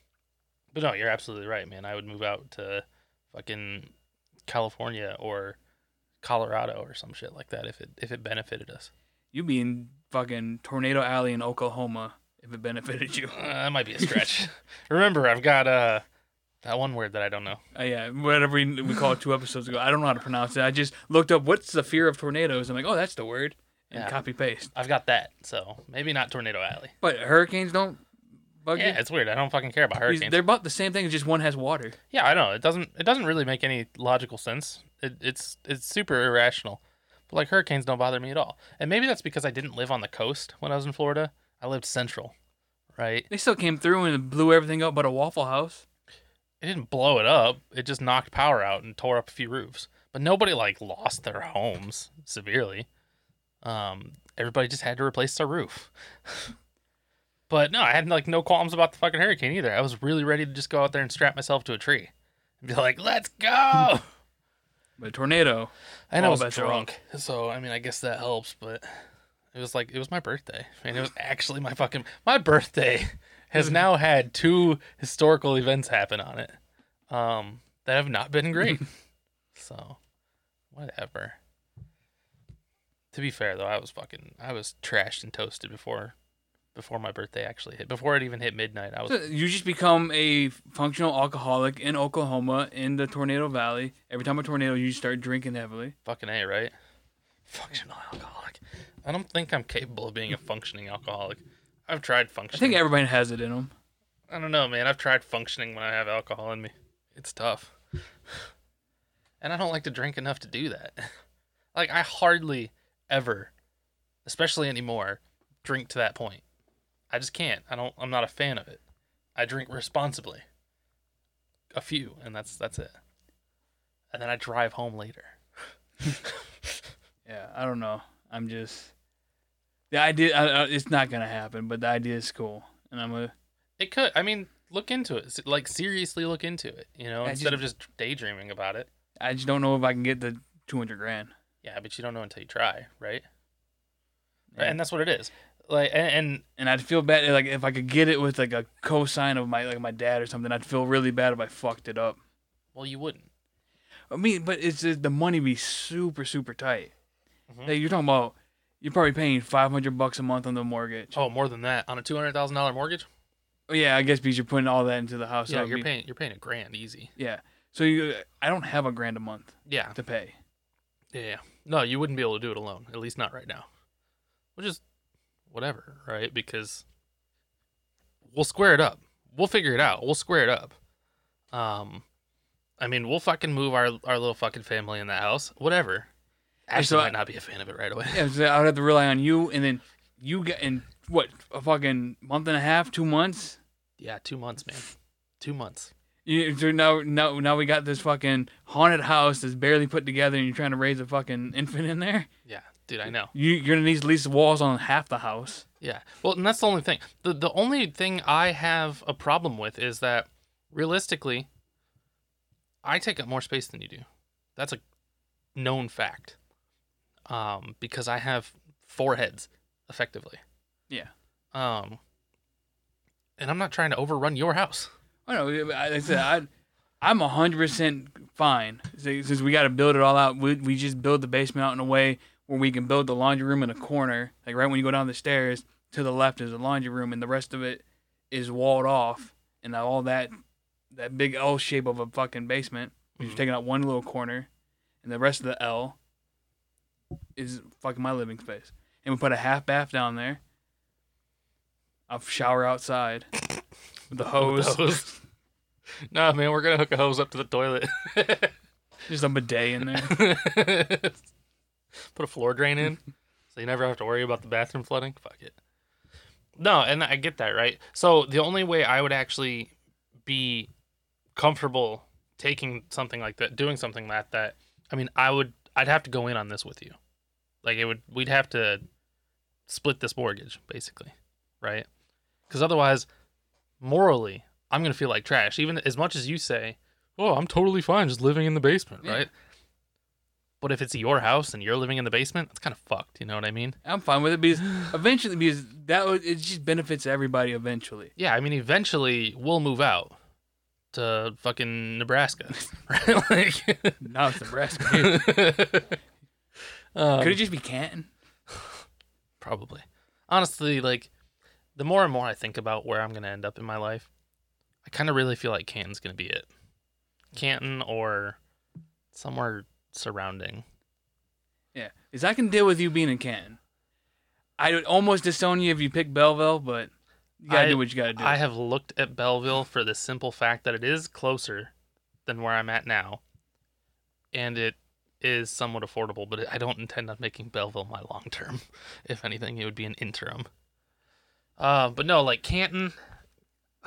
Speaker 2: but no, you're absolutely right, man. I would move out to fucking California or Colorado or some shit like that if it if it benefited us.
Speaker 1: You'd be in fucking Tornado Alley in Oklahoma if it benefited you. <laughs>
Speaker 2: Uh, that might be a stretch. Remember, I've got uh that one word that I don't know.
Speaker 1: Uh, yeah, whatever we, we called it two episodes ago. I don't know how to pronounce it. I just looked up what's the fear of tornadoes. I'm like, oh, that's the word, and
Speaker 2: Yeah.
Speaker 1: copy paste.
Speaker 2: I've got that, so maybe not Tornado Alley.
Speaker 1: But hurricanes don't bug
Speaker 2: Yeah, it's weird. I don't fucking care about
Speaker 1: you.
Speaker 2: hurricanes.
Speaker 1: They're about the same thing. Just one has water.
Speaker 2: Yeah, I know. It doesn't it doesn't really make any logical sense. It, it's it's super irrational. But like hurricanes don't bother me at all. And maybe that's because I didn't live on the coast when I was in Florida. I lived central, right?
Speaker 1: They still came through and blew everything up, but a Waffle House.
Speaker 2: It didn't blow it up. It just knocked power out and tore up a few roofs. But nobody like lost their homes severely. Um, everybody just had to replace their roof. <laughs> but no, I had like no qualms about the fucking hurricane either. I was really ready to just go out there and strap myself to a tree and be like, "Let's go."
Speaker 1: But a tornado.
Speaker 2: And I
Speaker 1: All
Speaker 2: was
Speaker 1: bets are off.
Speaker 2: drunk, so I mean, I guess that helps. But it was like it was my birthday, and it was actually my fucking my birthday
Speaker 1: <laughs>
Speaker 2: has now had two historical events happen on it, um, that have not been great.
Speaker 1: <laughs>
Speaker 2: so, whatever. To be fair though, I was fucking I was trashed and toasted before before my birthday actually hit. Before it even hit midnight, I was
Speaker 1: So you just become a functional alcoholic in Oklahoma in the Tornado Valley. Every time a tornado, you start drinking heavily.
Speaker 2: Fucking A, right? Functional alcoholic. I don't think I'm capable of being a functioning alcoholic. I've tried
Speaker 1: I think
Speaker 2: functioning. I,
Speaker 1: everybody has it in them.
Speaker 2: don't know, man. I've tried functioning when I have alcohol in me. It's tough. <sighs> And I don't like to drink enough to do that. <laughs> Like, I hardly ever, especially anymore, drink to that point. I just can't. I don't, I'm not a fan of it. I drink responsibly. A few, and that's, that's it. And then I drive home <laughs> later.
Speaker 1: Yeah, I don't know. I'm just the idea. I, I, it's not gonna happen, but the idea is cool, and I'm a.
Speaker 2: It could. I mean, look into it. S- Like seriously, look into it. You know,
Speaker 1: I
Speaker 2: instead of just daydreaming about it.
Speaker 1: I just don't know if I can get the 200 grand.
Speaker 2: Yeah, but you don't know until you try, right?
Speaker 1: Yeah.
Speaker 2: And that's what it is. Like, and, and
Speaker 1: And I'd feel bad like if I could get it with like a cosign of my like my dad or something. I'd feel really bad if I fucked it up.
Speaker 2: well, you wouldn't.
Speaker 1: I mean, but it's just, the money be super super tight.
Speaker 2: Mhm.
Speaker 1: Like, you're talking about you're probably paying 500 bucks a month on the mortgage.
Speaker 2: Oh, more than that on a two hundred thousand dollar mortgage.
Speaker 1: Oh, yeah, I guess because you're putting all that into the house. Oh, so
Speaker 2: yeah,
Speaker 1: it'd
Speaker 2: you're
Speaker 1: be-
Speaker 2: paying. You're paying a grand easy.
Speaker 1: Yeah. So you, I don't have a grand a month
Speaker 2: Yeah.
Speaker 1: to pay.
Speaker 2: Yeah. yeah. No, you wouldn't be able to do it alone. At least not right now. Which is, whatever, right? Because we'll square it up. We'll figure it out. We'll square it up. Um, I mean, we'll fucking move our our little fucking family in the house. Whatever. Ashley
Speaker 1: so I-
Speaker 2: might not be a fan of it right away. <laughs>
Speaker 1: Yeah, so I would have to rely on you, and then you get in what a fucking month and a half, two months.
Speaker 2: Yeah, two months, man. Two months.
Speaker 1: You, so now, now, now we got this fucking haunted house that's barely put together, and you're trying to raise a fucking infant in there.
Speaker 2: Yeah, dude, I know.
Speaker 1: You, you're gonna need at least walls on half the house.
Speaker 2: Yeah. Well, and that's the only thing. The the only thing I have a problem with is that realistically, I take up more space than you do. That's a known fact. Um, because I have four heads, effectively.
Speaker 1: Yeah.
Speaker 2: Um and I'm not trying to overrun your house.
Speaker 1: I know. I- I like I said I, I'm hundred percent fine Si- since we got to build it all out. We, we just build the basement out in a way where we can build the laundry room in a corner. Like right when you go down the stairs, to the left is the laundry room, and the rest of it is walled off. And now all that that big L shape of a fucking basement, which is
Speaker 2: Mhm.
Speaker 1: taking out one little corner, and the rest of the L is fucking my living space. And we put a half bath down there. A shower outside <laughs> with the hose.
Speaker 2: With the hose. nah, man, we're gonna hook a hose up to the toilet.
Speaker 1: Just a bidet in there.
Speaker 2: <laughs> Put a floor drain in, so you never have to worry about the bathroom flooding. Fuck it. No, and I get that, right? So the only way I would actually be comfortable taking something like that, doing something like that, I mean, I would, I'd have to go in on this with you. Like it would, we'd have to split this mortgage, basically, right? Because otherwise, morally, I'm gonna feel like trash. Even as much as you say, "Oh, I'm totally fine just living in the basement,"
Speaker 1: Yeah.
Speaker 2: right? But if it's your house and you're living in the basement, that's kind of fucked. You know what I mean?
Speaker 1: I'm fine with it because eventually, because that would, it just benefits everybody eventually.
Speaker 2: Yeah, I mean, eventually we'll move out to fucking Nebraska, <laughs> right? Like,
Speaker 1: Now it's Nebraska.
Speaker 2: um,
Speaker 1: Could it just be Canton?
Speaker 2: probably. Honestly, like the more and more I think about where I'm gonna end up in my life, I kind of really feel like Canton's gonna be it. Canton or somewhere surrounding.
Speaker 1: Yeah, because I can deal with you being in Canton. I would almost disown you if you pick Belleville, but you gotta
Speaker 2: I-
Speaker 1: do what you gotta do.
Speaker 2: I have looked at Belleville for the simple fact that it is closer than where I'm at now, and it is somewhat affordable. But I don't intend on making Belleville my long term. <laughs> If anything, it would be an interim. Uh, but no, like Canton, <sighs>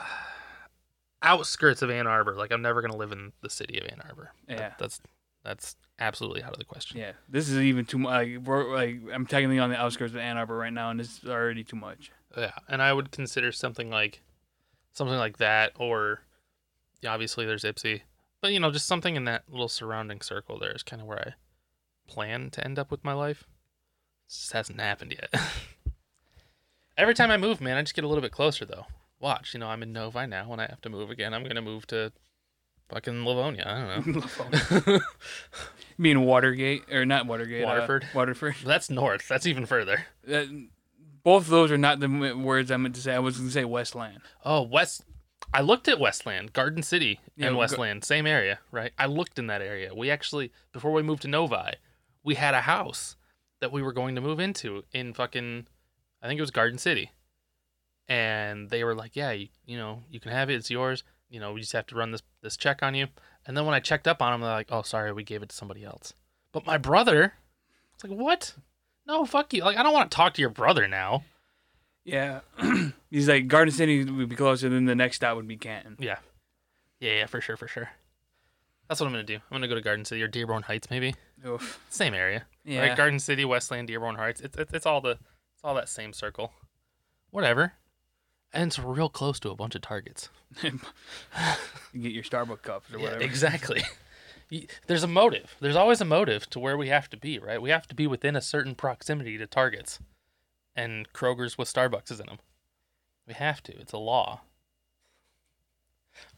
Speaker 2: outskirts of Ann Arbor. Like I'm never gonna live in the city of Ann Arbor. That-
Speaker 1: Yeah.
Speaker 2: that's that's absolutely out of the question.
Speaker 1: yeah, this is even too much. Like, we're, like I'm technically on the outskirts of Ann Arbor right now, and this is already too much.
Speaker 2: Yeah, and I would consider something like something like that, or yeah, obviously there's Ipsy, but you know, just something in that little surrounding circle there is kind of where I plan to end up with my life. It just hasn't happened yet. <laughs> Every time I move, man, I just get a little bit closer though. Watch, you know, I'm in Novi now. When I have to move again, I'm gonna move to fucking Livonia. I don't know.
Speaker 1: Being Watergate or not Watergate, uh,
Speaker 2: Waterford.
Speaker 1: Waterford.
Speaker 2: <laughs> That's north. That's even further.
Speaker 1: That, both of those are not the m- words I meant to say. I was gonna say Westland.
Speaker 2: Oh, West. I looked at Westland, Garden City,
Speaker 1: Yeah,
Speaker 2: and
Speaker 1: Gar-
Speaker 2: Westland, same area, right? I looked in that area. We actually, before we moved to Novi, we had a house that we were going to move into in fucking, I think it was Garden City, and they were like, "Yeah, you, you know, you can have it. It's yours. You know, we just have to run this this check on you." And then when I checked up on them, they're like, "Oh, sorry, we gave it to somebody else." But my brother, it's like, "What? No, fuck you! Like, I don't want to talk to your brother now."
Speaker 1: Yeah, <clears throat> he's like Garden City would be closer, then the next stop would be Canton.
Speaker 2: Yeah. Yeah, yeah, for sure, for sure. That's what I'm gonna do. I'm gonna go to Garden City or Dearborn Heights, maybe.
Speaker 1: Oof.
Speaker 2: Same area.
Speaker 1: Yeah,
Speaker 2: Right? Garden City, Westland, Dearborn Heights. It's, it's it's all the it's all that same circle. Whatever. And it's real close to a bunch of targets.
Speaker 1: You get your Starbucks cups or whatever.
Speaker 2: exactly. <laughs> Y- There's a motive. There's always a motive to where we have to be, right? We have to be within a certain proximity to targets. And Kroger's with Starbucks is in them. We have to. It's a law.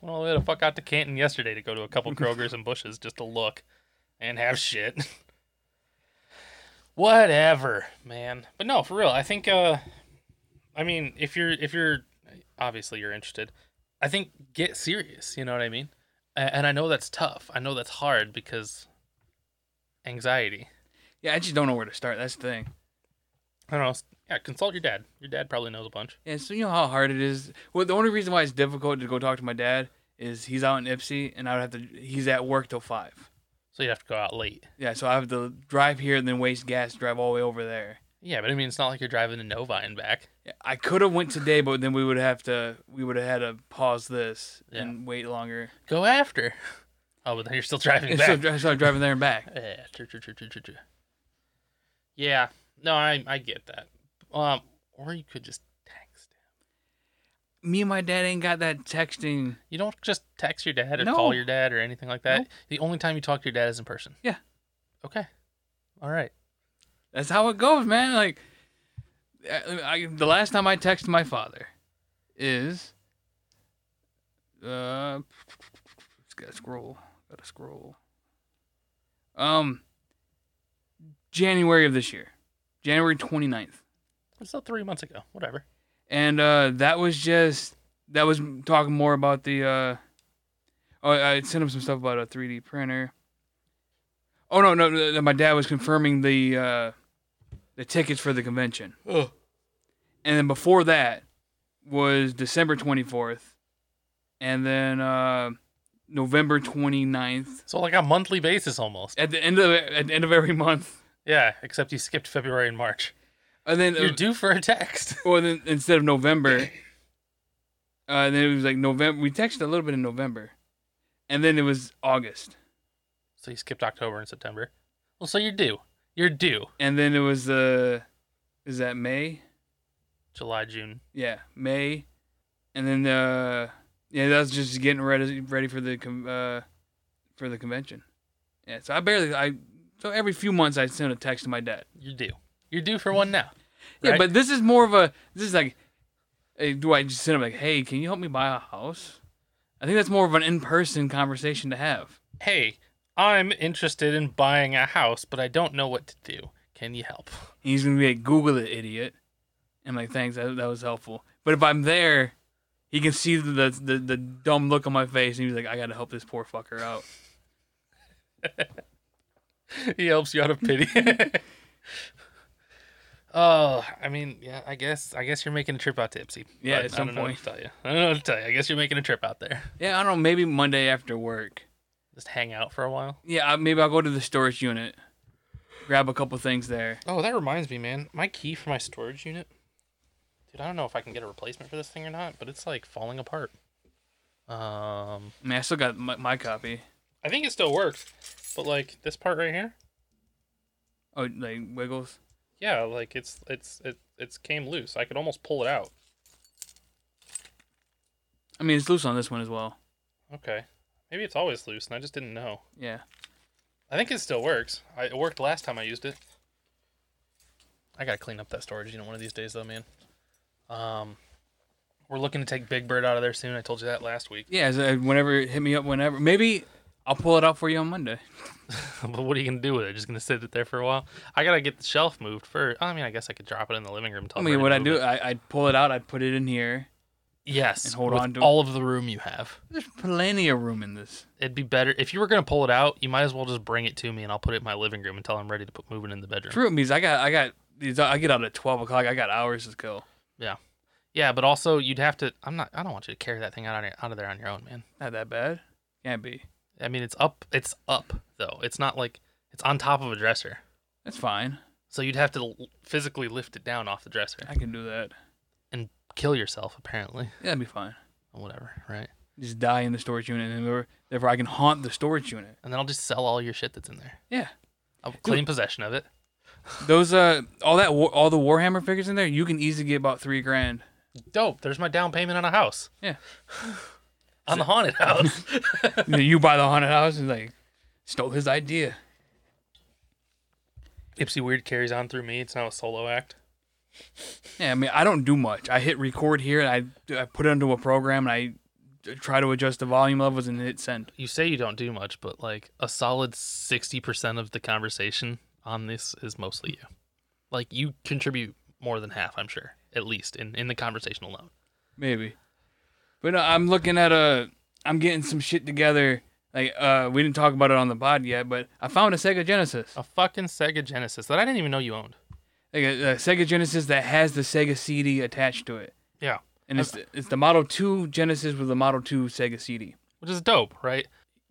Speaker 2: Went all the way the fuck out to Canton yesterday to go to
Speaker 1: <laughs>
Speaker 2: a couple Kroger's and Bushes just to look and have shit. <laughs> Whatever, man. But no, for real, I think uh I mean, if you're if you're obviously you're interested, I think get serious, you know what I mean? A- And I know that's tough. I know that's hard because anxiety.
Speaker 1: Yeah, I just don't know where to start. That's the thing.
Speaker 2: I don't know. Yeah, consult your dad. Your dad probably knows a bunch.
Speaker 1: And so you know how hard it is. Well, the only reason why it's difficult to go talk to my dad is he's out in Ipsy, and I would have to. He's at work till five.
Speaker 2: So you'd have to go out late.
Speaker 1: Yeah, so I have to drive here and then waste gas, drive all the way over there.
Speaker 2: Yeah, but I mean, it's not like you're driving to Novi and back.
Speaker 1: Yeah, I could have went today, but then we would have to. We would have had to pause this and wait longer.
Speaker 2: Go after. Oh, but then you're still driving
Speaker 1: And so,
Speaker 2: back.
Speaker 1: dri- so I'm driving there and back.
Speaker 2: <laughs> Yeah, true, true, true, true, true, true. Yeah, no, I I get that. Um, or you could just text.
Speaker 1: Me and my dad ain't got that texting.
Speaker 2: You don't just text your dad or
Speaker 1: No.
Speaker 2: call your dad or anything like that.
Speaker 1: Nope.
Speaker 2: The only time you talk to your dad is in person.
Speaker 1: Yeah.
Speaker 2: Okay. All right.
Speaker 1: That's how it goes, man. Like, I, I- the last time I texted my father is, uh, just gotta scroll, gotta scroll. Um, January of this year, January 29th.
Speaker 2: It's still three months ago. Whatever.
Speaker 1: and uh, that was just that was talking more about the. Uh, oh, I sent him some stuff about a 3D printer. Oh no, no, no, my dad was confirming the uh, the tickets for the convention,
Speaker 2: Oh.
Speaker 1: and then before that was December 24th, and then uh, November 29th.
Speaker 2: So like a monthly basis almost.
Speaker 1: At the end of at the end of every month,
Speaker 2: Yeah, except you skipped February and
Speaker 1: <laughs>
Speaker 2: March.
Speaker 1: and then
Speaker 2: You're due for a text. <laughs>
Speaker 1: Well, then instead of November, uh, then it was like November. We texted a little bit in November, and then it was August,
Speaker 2: So you skipped October and September. Well, so you're due. You're due.
Speaker 1: and then it was uh, is that May?
Speaker 2: July, June.
Speaker 1: Yeah, May, and then uh, yeah, that was just getting ready ready for the con- uh, for the convention. Yeah, so I barely I so every few months I send a text to my dad.
Speaker 2: You're due. You're due for one now.
Speaker 1: Yeah,
Speaker 2: Right.
Speaker 1: but this is more of a this is like, hey, do I just send him like, hey, can you help me buy a house? I think that's more of an in person conversation to have.
Speaker 2: Hey, I'm interested in buying a house, but I don't know what to do. Can you help? <laughs>
Speaker 1: And he's gonna be like, Google it, idiot. And I'm like, thanks, that, that was helpful. But if I'm there, he can see the, the the dumb look on my face, and he's like, I gotta help this poor fucker out.
Speaker 2: he helps you out
Speaker 1: <laughs>
Speaker 2: of pity. <laughs> Oh, I mean, yeah, I guess I guess you're making a trip out to Ipsy.
Speaker 1: Yeah,
Speaker 2: I-
Speaker 1: at
Speaker 2: I
Speaker 1: some
Speaker 2: don't know what to tell you. I don't know what to tell you. I guess you're making a trip out there.
Speaker 1: Yeah, I don't know, maybe Monday after work.
Speaker 2: Just hang out for a while.
Speaker 1: Yeah, I, maybe I'll go to the storage unit, grab a couple things there.
Speaker 2: Oh, that reminds me, man. My key for my storage unit. Dude, I don't know if I can get a replacement for this thing or not, but it's like falling apart. Um,
Speaker 1: I mean, I still got my, my copy.
Speaker 2: I think it still works, but like this part right here,
Speaker 1: Oh, like Wiggles.
Speaker 2: yeah, like it's it's it it's came loose. I could almost pull it out.
Speaker 1: I mean, it's loose on this one as well.
Speaker 2: Okay, maybe it's always loose, and I just didn't know.
Speaker 1: Yeah.
Speaker 2: I think it still works. I, it worked last time I used it. I gotta clean up that storage unit one of these days, though, man. Um, we're looking to take Big Bird out of there soon. I told you that last week.
Speaker 1: Yeah, so uh, whenever hit me up whenever. Maybe I'll pull it out for you on Monday.
Speaker 2: <laughs> but what are you gonna do with it? Just gonna sit it there for a while? I gotta get the shelf moved first. I mean, I guess I could drop it in the living room. Tell
Speaker 1: I
Speaker 2: her
Speaker 1: mean,
Speaker 2: to
Speaker 1: what I
Speaker 2: move
Speaker 1: do,
Speaker 2: it.
Speaker 1: I, I'd pull it out, I'd put it in here.
Speaker 2: Yes,
Speaker 1: and hold
Speaker 2: with
Speaker 1: on to it.
Speaker 2: all of the room you have.
Speaker 1: There's plenty of room in this.
Speaker 2: It'd be better if you were gonna pull it out. You might as well just bring it to me, and I'll put it in my living room until I'm ready to put move it in the bedroom.
Speaker 1: True, because I got, I got, these- I get out at twelve o'clock. I got hours to kill.
Speaker 2: Yeah, but also you'd have to. I'm not. I don't want you to carry that thing out on your, out of there on your own, man.
Speaker 1: Not that bad. Can't be.
Speaker 2: I mean, it's up. It's up though. It's not like it's on top of a dresser.
Speaker 1: That's fine.
Speaker 2: So you'd have to l- physically lift it down off the dresser
Speaker 1: I can do that.
Speaker 2: and kill yourself, apparently.
Speaker 1: Yeah, that'd be fine.
Speaker 2: Whatever, right?
Speaker 1: Just die in the storage unit, and therefore- therefore I can haunt the storage unit.
Speaker 2: And then I'll just sell all your shit that's in there.
Speaker 1: Yeah,
Speaker 2: I'll claim possession of it.
Speaker 1: those uh, all that, war, all the Warhammer figures in there, you can easily get about three grand.
Speaker 2: Dope. There's my down payment on a house.
Speaker 1: Yeah.
Speaker 2: <laughs> on the haunted house. <laughs>
Speaker 1: you, know, you buy the haunted house and like stole his idea.
Speaker 2: Ipsy Weird carries on through me. It's now a solo act.
Speaker 1: Yeah, I mean, I don't do much. I hit record here, and I I put it into a program, and I try to adjust the volume levels and hit send.
Speaker 2: You say you don't do much, but like a solid 60% of the conversation on this is mostly you. Like you contribute more than half, I'm sure, at least in, in the conversation alone.
Speaker 1: Maybe. But no, I'm looking at a. I'm getting some shit together. Like uh, we didn't talk about it on the pod yet, but I found a Sega Genesis,
Speaker 2: A fucking Sega Genesis that I didn't even know you owned.
Speaker 1: like a, a Sega Genesis that has the Sega CD attached to it,
Speaker 2: Yeah.
Speaker 1: and it's the, it's the Model Two Genesis with the Model Two Sega CD.
Speaker 2: Which is dope, right?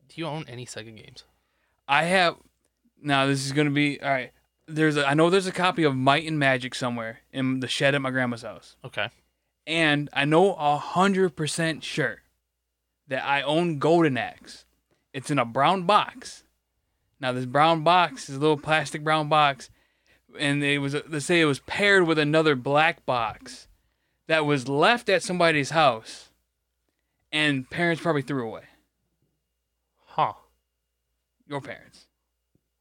Speaker 2: Do you own any Sega games?
Speaker 1: I have. Now this is gonna be all right. There's a, I know there's a copy of Might and Magic somewhere in the shed at my grandma's house.
Speaker 2: Okay.
Speaker 1: and I know a hundred percent sure that I own Golden Axe. It's in a brown box. Now this brown box is a little plastic brown box, and it was let's say it was paired with another black box that was left at somebody's house, and parents probably threw away.
Speaker 2: Huh.
Speaker 1: Your parents.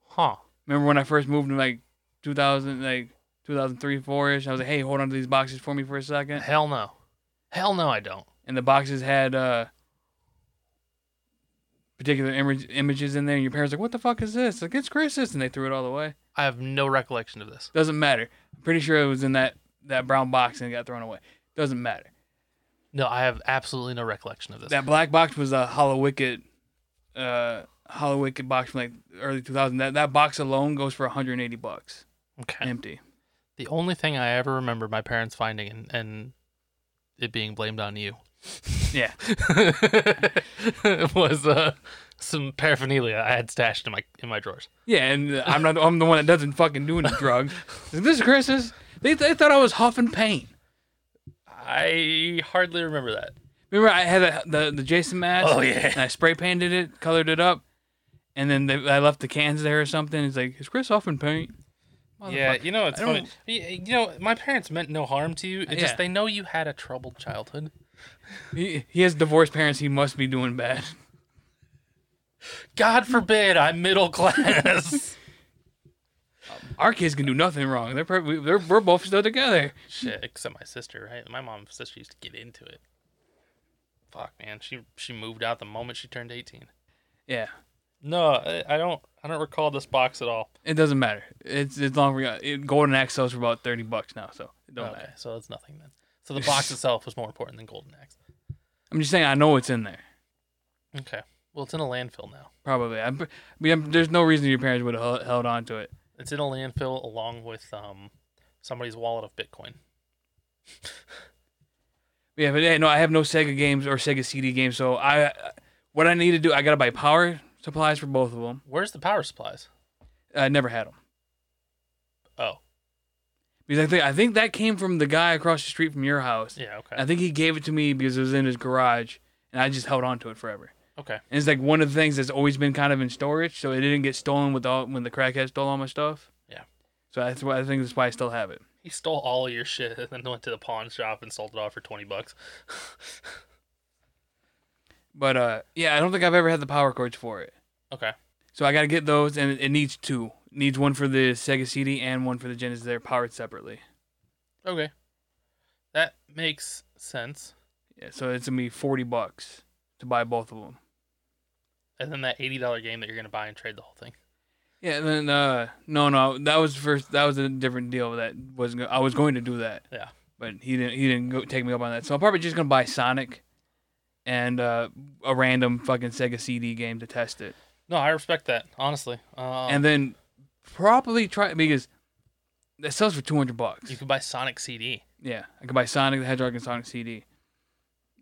Speaker 2: Huh.
Speaker 1: Remember when I first moved in like 2000, like 2003, four ish? I was like, hey, hold on to these boxes for me for a second.
Speaker 2: Hell no. Hell no, I don't.
Speaker 1: and the boxes had uh particular image, images in there and your parents like what the fuck is this like it's chris's and they threw it all away
Speaker 2: I have no recollection of this.
Speaker 1: doesn't matter i'm pretty sure it was in that that brown box and it got thrown away doesn't matter
Speaker 2: No, I have absolutely no recollection of this.
Speaker 1: that black box was a hollow wicked uh hollow wicked box from like early 2000 that that box alone goes for 180 bucks
Speaker 2: okay.
Speaker 1: empty
Speaker 2: <laughs> The only thing I ever remember my parents finding and, and it being blamed on you
Speaker 1: Yeah.
Speaker 2: was uh, some paraphernalia I had stashed in my in my drawers.
Speaker 1: Yeah, and I'm not. I'm the one that doesn't fucking do any drugs.
Speaker 2: <laughs>
Speaker 1: This Christmas, they, they thought I was huffing paint.
Speaker 2: I hardly remember that.
Speaker 1: Remember, I had a, the the Jason mask.
Speaker 2: Oh, yeah.
Speaker 1: And I spray painted it, colored it up, and then they, I left the cans there or something. It's like, is Chris huffing paint?
Speaker 2: Yeah, you know it's
Speaker 1: I
Speaker 2: funny.
Speaker 1: don't-
Speaker 2: You, you know, my parents meant no harm to you. It's
Speaker 1: Yeah.
Speaker 2: just they know you had a troubled childhood.
Speaker 1: He, he has divorced parents. He must be doing bad. <laughs>
Speaker 2: God forbid I'm middle <laughs> class.
Speaker 1: Our kids can do nothing wrong. They're probably, they're we're both still together.
Speaker 2: Shit, except my sister, right? My mom and sister used to get into it. Fuck, man. She she moved out the moment she turned 18.
Speaker 1: Yeah,
Speaker 2: No, I, I don't I don't recall this box at all.
Speaker 1: it doesn't matter. It's it's long. We got it, golden axe sells for about thirty bucks now, so it don't
Speaker 2: okay,
Speaker 1: matter.
Speaker 2: so it's nothing then. So the <laughs> box itself was more important than Golden Axe.
Speaker 1: I'm just saying, I know it's in there.
Speaker 2: Okay. Well, it's in a landfill now.
Speaker 1: Probably. I'm, I mean, I'm, there's no reason your parents would have held on to it.
Speaker 2: It's in a landfill along with um somebody's wallet of Bitcoin.
Speaker 1: Yeah, but hey, no, I have no Sega games or Sega CD games, so I what I need to do, I gotta buy power supplies for both of them.
Speaker 2: Where's the power supplies?
Speaker 1: I never had them
Speaker 2: Oh,
Speaker 1: because I think I think that came from the guy across the street from your house.
Speaker 2: yeah, okay.
Speaker 1: I think he gave it to me because it was in his garage, and I just held on to it forever.
Speaker 2: Okay.
Speaker 1: And it's like one of the things that's always been kind of in storage, so it didn't get stolen with all when the crackhead stole all my stuff.
Speaker 2: Yeah.
Speaker 1: So that's why I think that's why I still have it.
Speaker 2: He stole all of your shit <laughs> and then went to the pawn shop and sold it off for 20 bucks. <laughs>
Speaker 1: But uh, yeah, I don't think I've ever had the power cords for it.
Speaker 2: Okay.
Speaker 1: So I gotta get those, and it needs two. It needs one for the Sega CD and one for the Genesis. They're powered separately.
Speaker 2: Okay. That makes sense.
Speaker 1: Yeah, so it's gonna be forty bucks to buy both of them.
Speaker 2: And then that $80 game that you're going to buy and trade the whole thing.
Speaker 1: Yeah, and then uh, no, no, that was first. That was a different deal. That wasn't. go- I was going to do that.
Speaker 2: Yeah.
Speaker 1: But he didn't. He didn't go, take me up on that. So I'm probably just gonna buy Sonic, and uh, a random fucking Sega CD game to test it,
Speaker 2: No, I respect that, honestly. Uh,
Speaker 1: and then probably try because that sells for two hundred bucks.
Speaker 2: you could buy Sonic CD.
Speaker 1: Yeah, I could buy Sonic the Hedgehog and Sonic CD.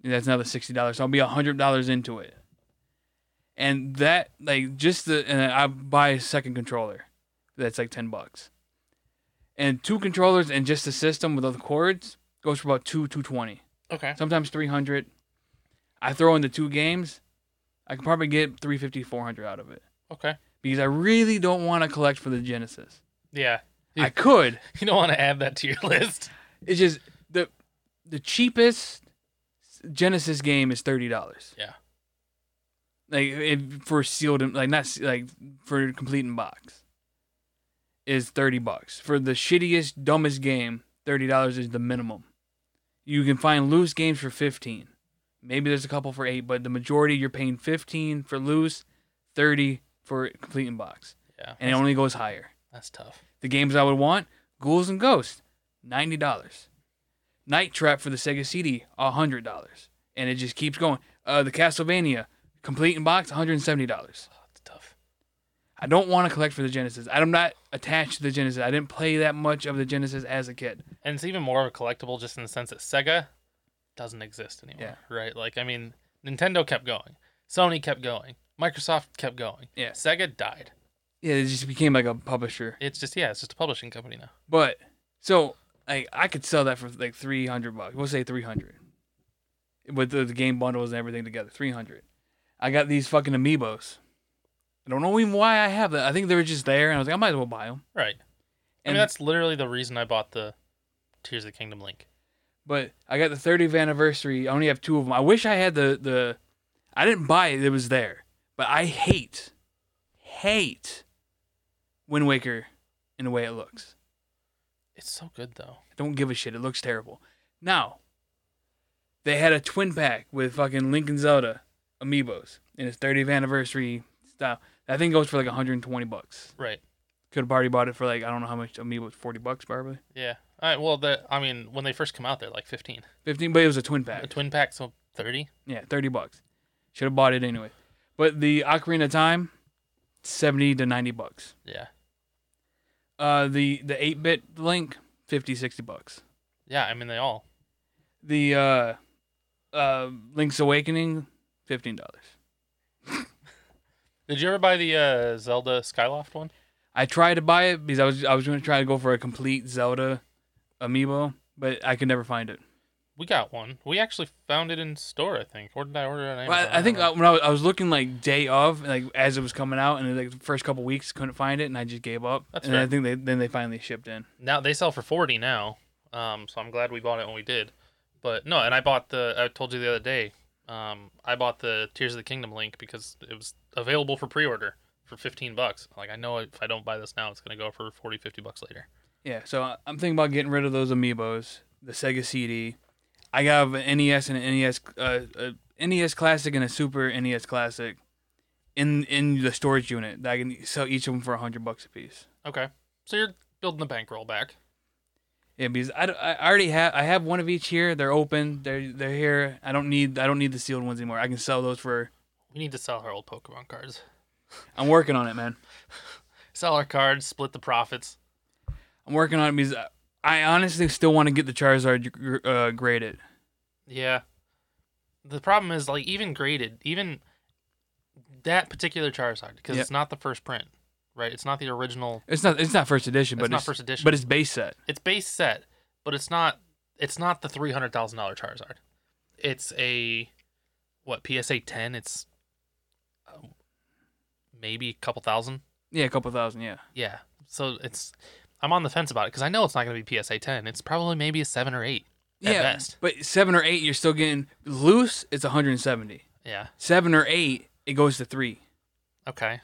Speaker 1: And that's another sixty dollars. So I'll be hundred dollars into it. And that like just the and I buy a second controller, that's like ten bucks. And two controllers and just the system with all the cords goes for about two two twenty,
Speaker 2: Okay.
Speaker 1: sometimes three hundred. I throw in the two games, I can probably get 350 400 out of it
Speaker 2: Okay.
Speaker 1: because I really don't want to collect for the Genesis.
Speaker 2: Yeah. <laughs>
Speaker 1: I could,
Speaker 2: You don't want to add that to your <laughs> list.
Speaker 1: It's just the the cheapest Genesis game is thirty dollars.
Speaker 2: Yeah.
Speaker 1: Like it, for sealed, and like not se- like for complete in box is thirty bucks for the shittiest, dumbest game. Thirty dollars is the minimum. You can find loose games for fifteen. Maybe there's a couple for eight, but the majority you're paying fifteen for loose, thirty for complete in box,
Speaker 2: Yeah.
Speaker 1: and it
Speaker 2: that's,
Speaker 1: only goes higher.
Speaker 2: that's tough.
Speaker 1: The games I would want: Ghouls and Ghosts, ninety dollars. Night Trap for the Sega CD, hundred dollars, and it just keeps going. Uh, the Castlevania complete in box, one hundred and seventy dollars.
Speaker 2: Oh, it's tough.
Speaker 1: I don't want to collect for the Genesis. I'm not attached to the Genesis. I didn't play that much of the Genesis as a kid.
Speaker 2: And it's even more of a collectible just in the sense that Sega doesn't exist anymore. Right? Like, I mean, Nintendo kept going, Sony kept going, Microsoft kept going.
Speaker 1: Yeah.
Speaker 2: Sega died.
Speaker 1: Yeah, it just became like a publisher.
Speaker 2: It's just, yeah, it's just a publishing company now.
Speaker 1: But so I I could sell that for like three hundred bucks. We'll say three hundred. With the, the game bundles and everything together, three hundred. I got these fucking amiibos. I don't know even why I have that. I think they were just there, and I was like, I might as well buy them.
Speaker 2: Right. I
Speaker 1: And
Speaker 2: mean, that's literally the reason I bought the Tears of the Kingdom Link.
Speaker 1: but I got the 30th anniversary. I only have two of them. I wish I had the the. I didn't buy it. It was there, but I hate, hate, Wind Waker, in the way it looks.
Speaker 2: It's so good, though.
Speaker 1: I don't give a shit. It looks terrible. Now, they had a twin pack with fucking Link and Zelda amiibos in its 30th anniversary style. That thing goes for like 120 bucks.
Speaker 2: Right.
Speaker 1: Could have already bought it for like I don't know how much amiibos, 40 bucks probably,
Speaker 2: Yeah. All right. Well, the I mean, when they first come out, they're like 15.
Speaker 1: 15. But it was a twin
Speaker 2: A
Speaker 1: pack.
Speaker 2: twin pack, so 30.
Speaker 1: Yeah, 30 bucks. Should have bought it anyway. But the Ocarina of Time, 70 to 90 bucks.
Speaker 2: Yeah.
Speaker 1: Uh, the the 8-bit Link, 50 60 bucks.
Speaker 2: Yeah. I mean, they all.
Speaker 1: The uh, uh, Link's Awakening, fifteen dollars.
Speaker 2: Did you ever buy the uh, Zelda Skyloft one?
Speaker 1: I tried to buy it because I was I was going to try to go for a complete Zelda amiibo, but I could never find it.
Speaker 2: We got one. We actually found it in store, I think. Or did I order it on Amazon?
Speaker 1: Well, I, I
Speaker 2: don't
Speaker 1: think
Speaker 2: know.
Speaker 1: uh when I was, I was looking like day of, like as it was coming out, and like the first couple weeks couldn't find it, and I just gave up.
Speaker 2: That's
Speaker 1: and then
Speaker 2: fair.
Speaker 1: I think they then they finally shipped in.
Speaker 2: now they sell for 40 now um so i'm glad we bought it when we did but no and i bought the i told you the other day um i bought the tears of the kingdom link because it was available for pre-order for 15 bucks like i know if i don't buy this now it's going to go for 40 50 bucks later
Speaker 1: Yeah, so I- I'm thinking about getting rid of those amiibos, the Sega CD. I got an NES E and an NES, uh, a NES Classic and a Super NES Classic, in in the storage unit. That I can sell each of them for hundred bucks a piece.
Speaker 2: okay so you're building the bankroll back
Speaker 1: Yeah, because I, d- I already have I have one of each here. They're open. They're they're here. I don't need I don't need the sealed ones anymore. I can sell those for.
Speaker 2: we need to sell our old pokemon cards
Speaker 1: I'm working on it, man.
Speaker 2: sell our cards split the profits
Speaker 1: I'm working on it because I- I honestly still want to get the Charizard gr- uh, graded.
Speaker 2: Yeah. The problem is like even graded, even that particular Charizard, because
Speaker 1: Yep.
Speaker 2: it's not the first print, right? It's not the original.
Speaker 1: It's not it's not first edition,
Speaker 2: It's
Speaker 1: but
Speaker 2: not
Speaker 1: it's
Speaker 2: first edition.
Speaker 1: but it's base set.
Speaker 2: It's base set, but it's not. It's not the three hundred thousand dollar Charizard. It's a what PSA ten. It's um, maybe a couple thousand.
Speaker 1: Yeah, a couple thousand. Yeah.
Speaker 2: Yeah. So it's. I'm on the fence about it because I know it's not going to be PSA ten. It's probably maybe a seven or eight at
Speaker 1: yeah,
Speaker 2: best.
Speaker 1: But seven or eight, you're still getting loose. It's 170.
Speaker 2: Yeah.
Speaker 1: Seven or eight, it goes to three.
Speaker 2: Okay.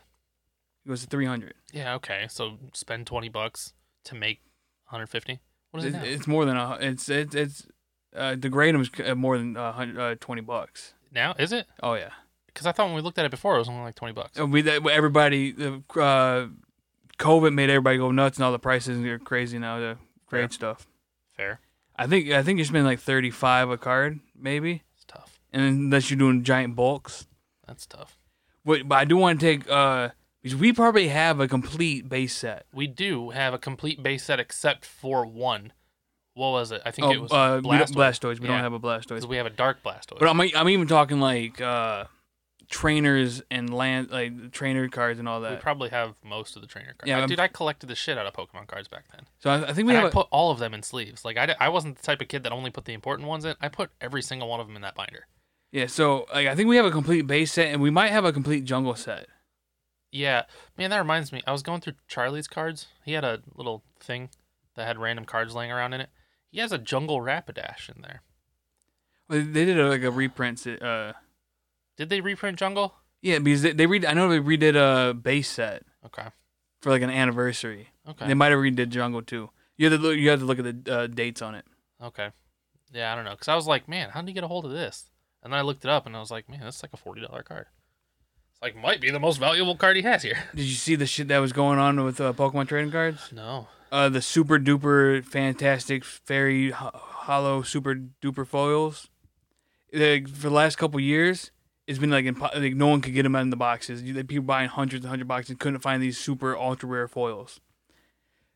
Speaker 1: It goes to 300.
Speaker 2: Yeah, okay. So spend 20 bucks to make 150. What is it,
Speaker 1: It's,
Speaker 2: now?
Speaker 1: it's more than a. It's it's it's. Uh, the gratum's more than uh, hun- uh, 20 bucks.
Speaker 2: now? Is it?
Speaker 1: Oh yeah.
Speaker 2: Cuz I thought when we looked at it before it was only like 20 bucks.
Speaker 1: Uh, We that everybody the uh, COVID made everybody go nuts and all the prices are crazy now. The grade
Speaker 2: Yeah.
Speaker 1: stuff.
Speaker 2: Fair.
Speaker 1: I think I think you're spending like 35 a card maybe,
Speaker 2: It's tough.
Speaker 1: and unless you're doing giant bulks.
Speaker 2: That's tough.
Speaker 1: But, but I do want to take uh because we probably have a complete base set.
Speaker 2: We do have a complete base set except for one. What was it? I think
Speaker 1: Oh,
Speaker 2: it was
Speaker 1: uh, we don't,
Speaker 2: Blastoise.
Speaker 1: Blastoise. We don't
Speaker 2: Yeah.
Speaker 1: have a Blastoise.
Speaker 2: 'cause we have a dark Blastoise.
Speaker 1: But I'm I'm even talking like uh, trainers and land like trainer cards and all
Speaker 2: we
Speaker 1: that.
Speaker 2: probably have most of the trainer cards.
Speaker 1: Yeah,
Speaker 2: Yeah,
Speaker 1: I'm-
Speaker 2: dude, I collected the shit out of Pokemon cards back then.
Speaker 1: so I, I think
Speaker 2: We
Speaker 1: we
Speaker 2: and
Speaker 1: have.
Speaker 2: I
Speaker 1: a-
Speaker 2: put all of them in sleeves. Like I, di- I wasn't the type of kid that only put the important ones in. I put every single one of them in that binder.
Speaker 1: yeah. So like I think we have a complete base set, and we might have a complete jungle set.
Speaker 2: Yeah, man, that reminds me. I was going through Charlie's cards. He had a little thing that had random cards laying around in it. He has a Jungle Rapidash in there.
Speaker 1: Well, They did a, like a reprint. se- Uh,
Speaker 2: Did they reprint Jungle?
Speaker 1: yeah, because they, they read. I know they redid a base set
Speaker 2: Okay,
Speaker 1: for like an anniversary.
Speaker 2: okay,
Speaker 1: They might have redid jungle too. You have to look, you have to look at the uh, dates on it.
Speaker 2: okay. Yeah, I don't know, cause I was like, man, how did he get a hold of this? And then I looked it up, and I was like, man, that's like a forty dollar card. It's like might be the most valuable card he has here. <laughs>
Speaker 1: Did you see the shit that was going on with uh, Pokemon trading cards?
Speaker 2: No,
Speaker 1: uh, the super duper fantastic fairy ho- hollow super duper foils. Like, for the last couple years, it's been like, impo- like no one could get them out in the boxes. You, like, people buying hundreds and hundred boxes and couldn't find these super ultra rare foils.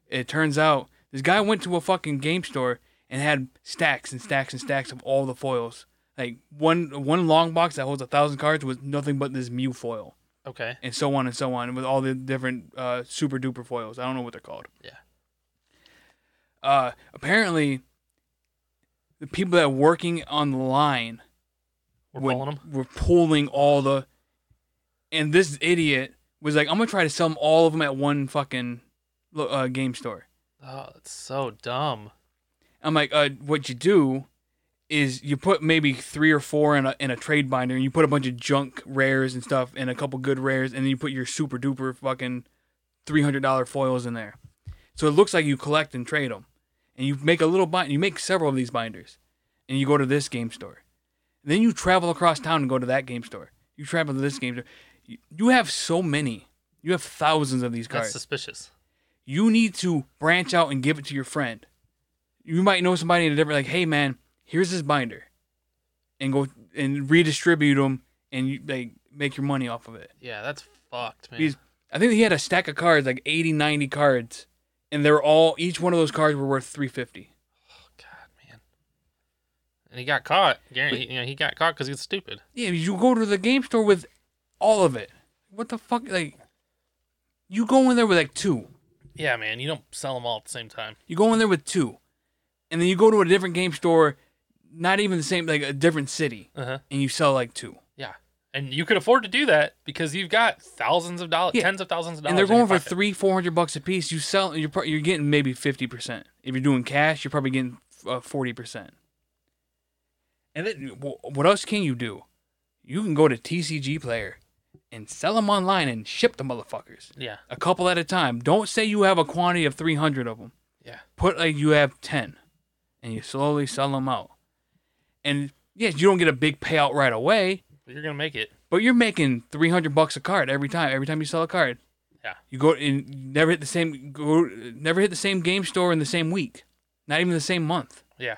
Speaker 1: It turns out this guy went to a fucking game store and had stacks and stacks and stacks of all the foils. Like one one long box that holds a thousand cards was nothing but this Mew foil,
Speaker 2: okay,
Speaker 1: and so on and so on, with all the different uh, super duper foils. I don't know what they're called
Speaker 2: yeah,
Speaker 1: uh, apparently the people that are working on the line
Speaker 2: we're
Speaker 1: would-
Speaker 2: pulling him.
Speaker 1: were pulling all the and this idiot was like i'm gonna try to sell 'em all of them at one fucking lo- uh, game store
Speaker 2: Oh, it's so dumb.
Speaker 1: i'm like uh, what you do is you put maybe three or four in a, in a trade binder and you put a bunch of junk rares and stuff and a couple good rares and then you put your super duper fucking $300 foils in there so it looks like you collect and trade them and you make a little bind you make several of these binders and you go to this game store then you travel across town and go to that game store you travel to this game store You- you have so many you have thousands of these
Speaker 2: That's
Speaker 1: cards
Speaker 2: suspicious.
Speaker 1: you need to branch out and give it to your friend. You might know somebody in a different, like, hey man, here's this binder, and go and redistribute them, and you like make your money off of it.
Speaker 2: Yeah, that's fucked, man.
Speaker 1: He's- I think he had a stack of cards, like 80, 90 cards, and they're all each one of those cards were worth three fifty.
Speaker 2: God, man. and he got caught. Guarantee, you know, he got caught because he's stupid.
Speaker 1: Yeah, you go to the game store with all of it. What the fuck? Like, you go in there with like two.
Speaker 2: Yeah, man, you don't sell them all at the same time.
Speaker 1: You go in there with two, and then you go to a different game store, not even the same, like a different city,
Speaker 2: Uh huh.
Speaker 1: and you sell like two.
Speaker 2: Yeah, and you could afford to do that because you've got thousands of dollars,
Speaker 1: Yeah.
Speaker 2: tens of thousands of dollars.
Speaker 1: And they're
Speaker 2: in your
Speaker 1: going for
Speaker 2: pocket.
Speaker 1: three, four hundred bucks a piece. You sell, you're pro- you're getting maybe fifty percent. If you're doing cash, you're probably getting uh, forty percent. And then wh- what else can you do? You can go to TCG Player and sell them online and ship the motherfuckers.
Speaker 2: Yeah,
Speaker 1: a couple at a time. Don't say you have a quantity of 300 of them.
Speaker 2: yeah,
Speaker 1: Put like you have 10 and you slowly sell them out. And yes, you don't get a big payout right away,
Speaker 2: you're gonna make it.
Speaker 1: but you're making 300 bucks a card every time, every time you sell a card.
Speaker 2: Yeah.
Speaker 1: You go and you never hit the same go never hit the same game store in the same week. Not even the same month.
Speaker 2: Yeah,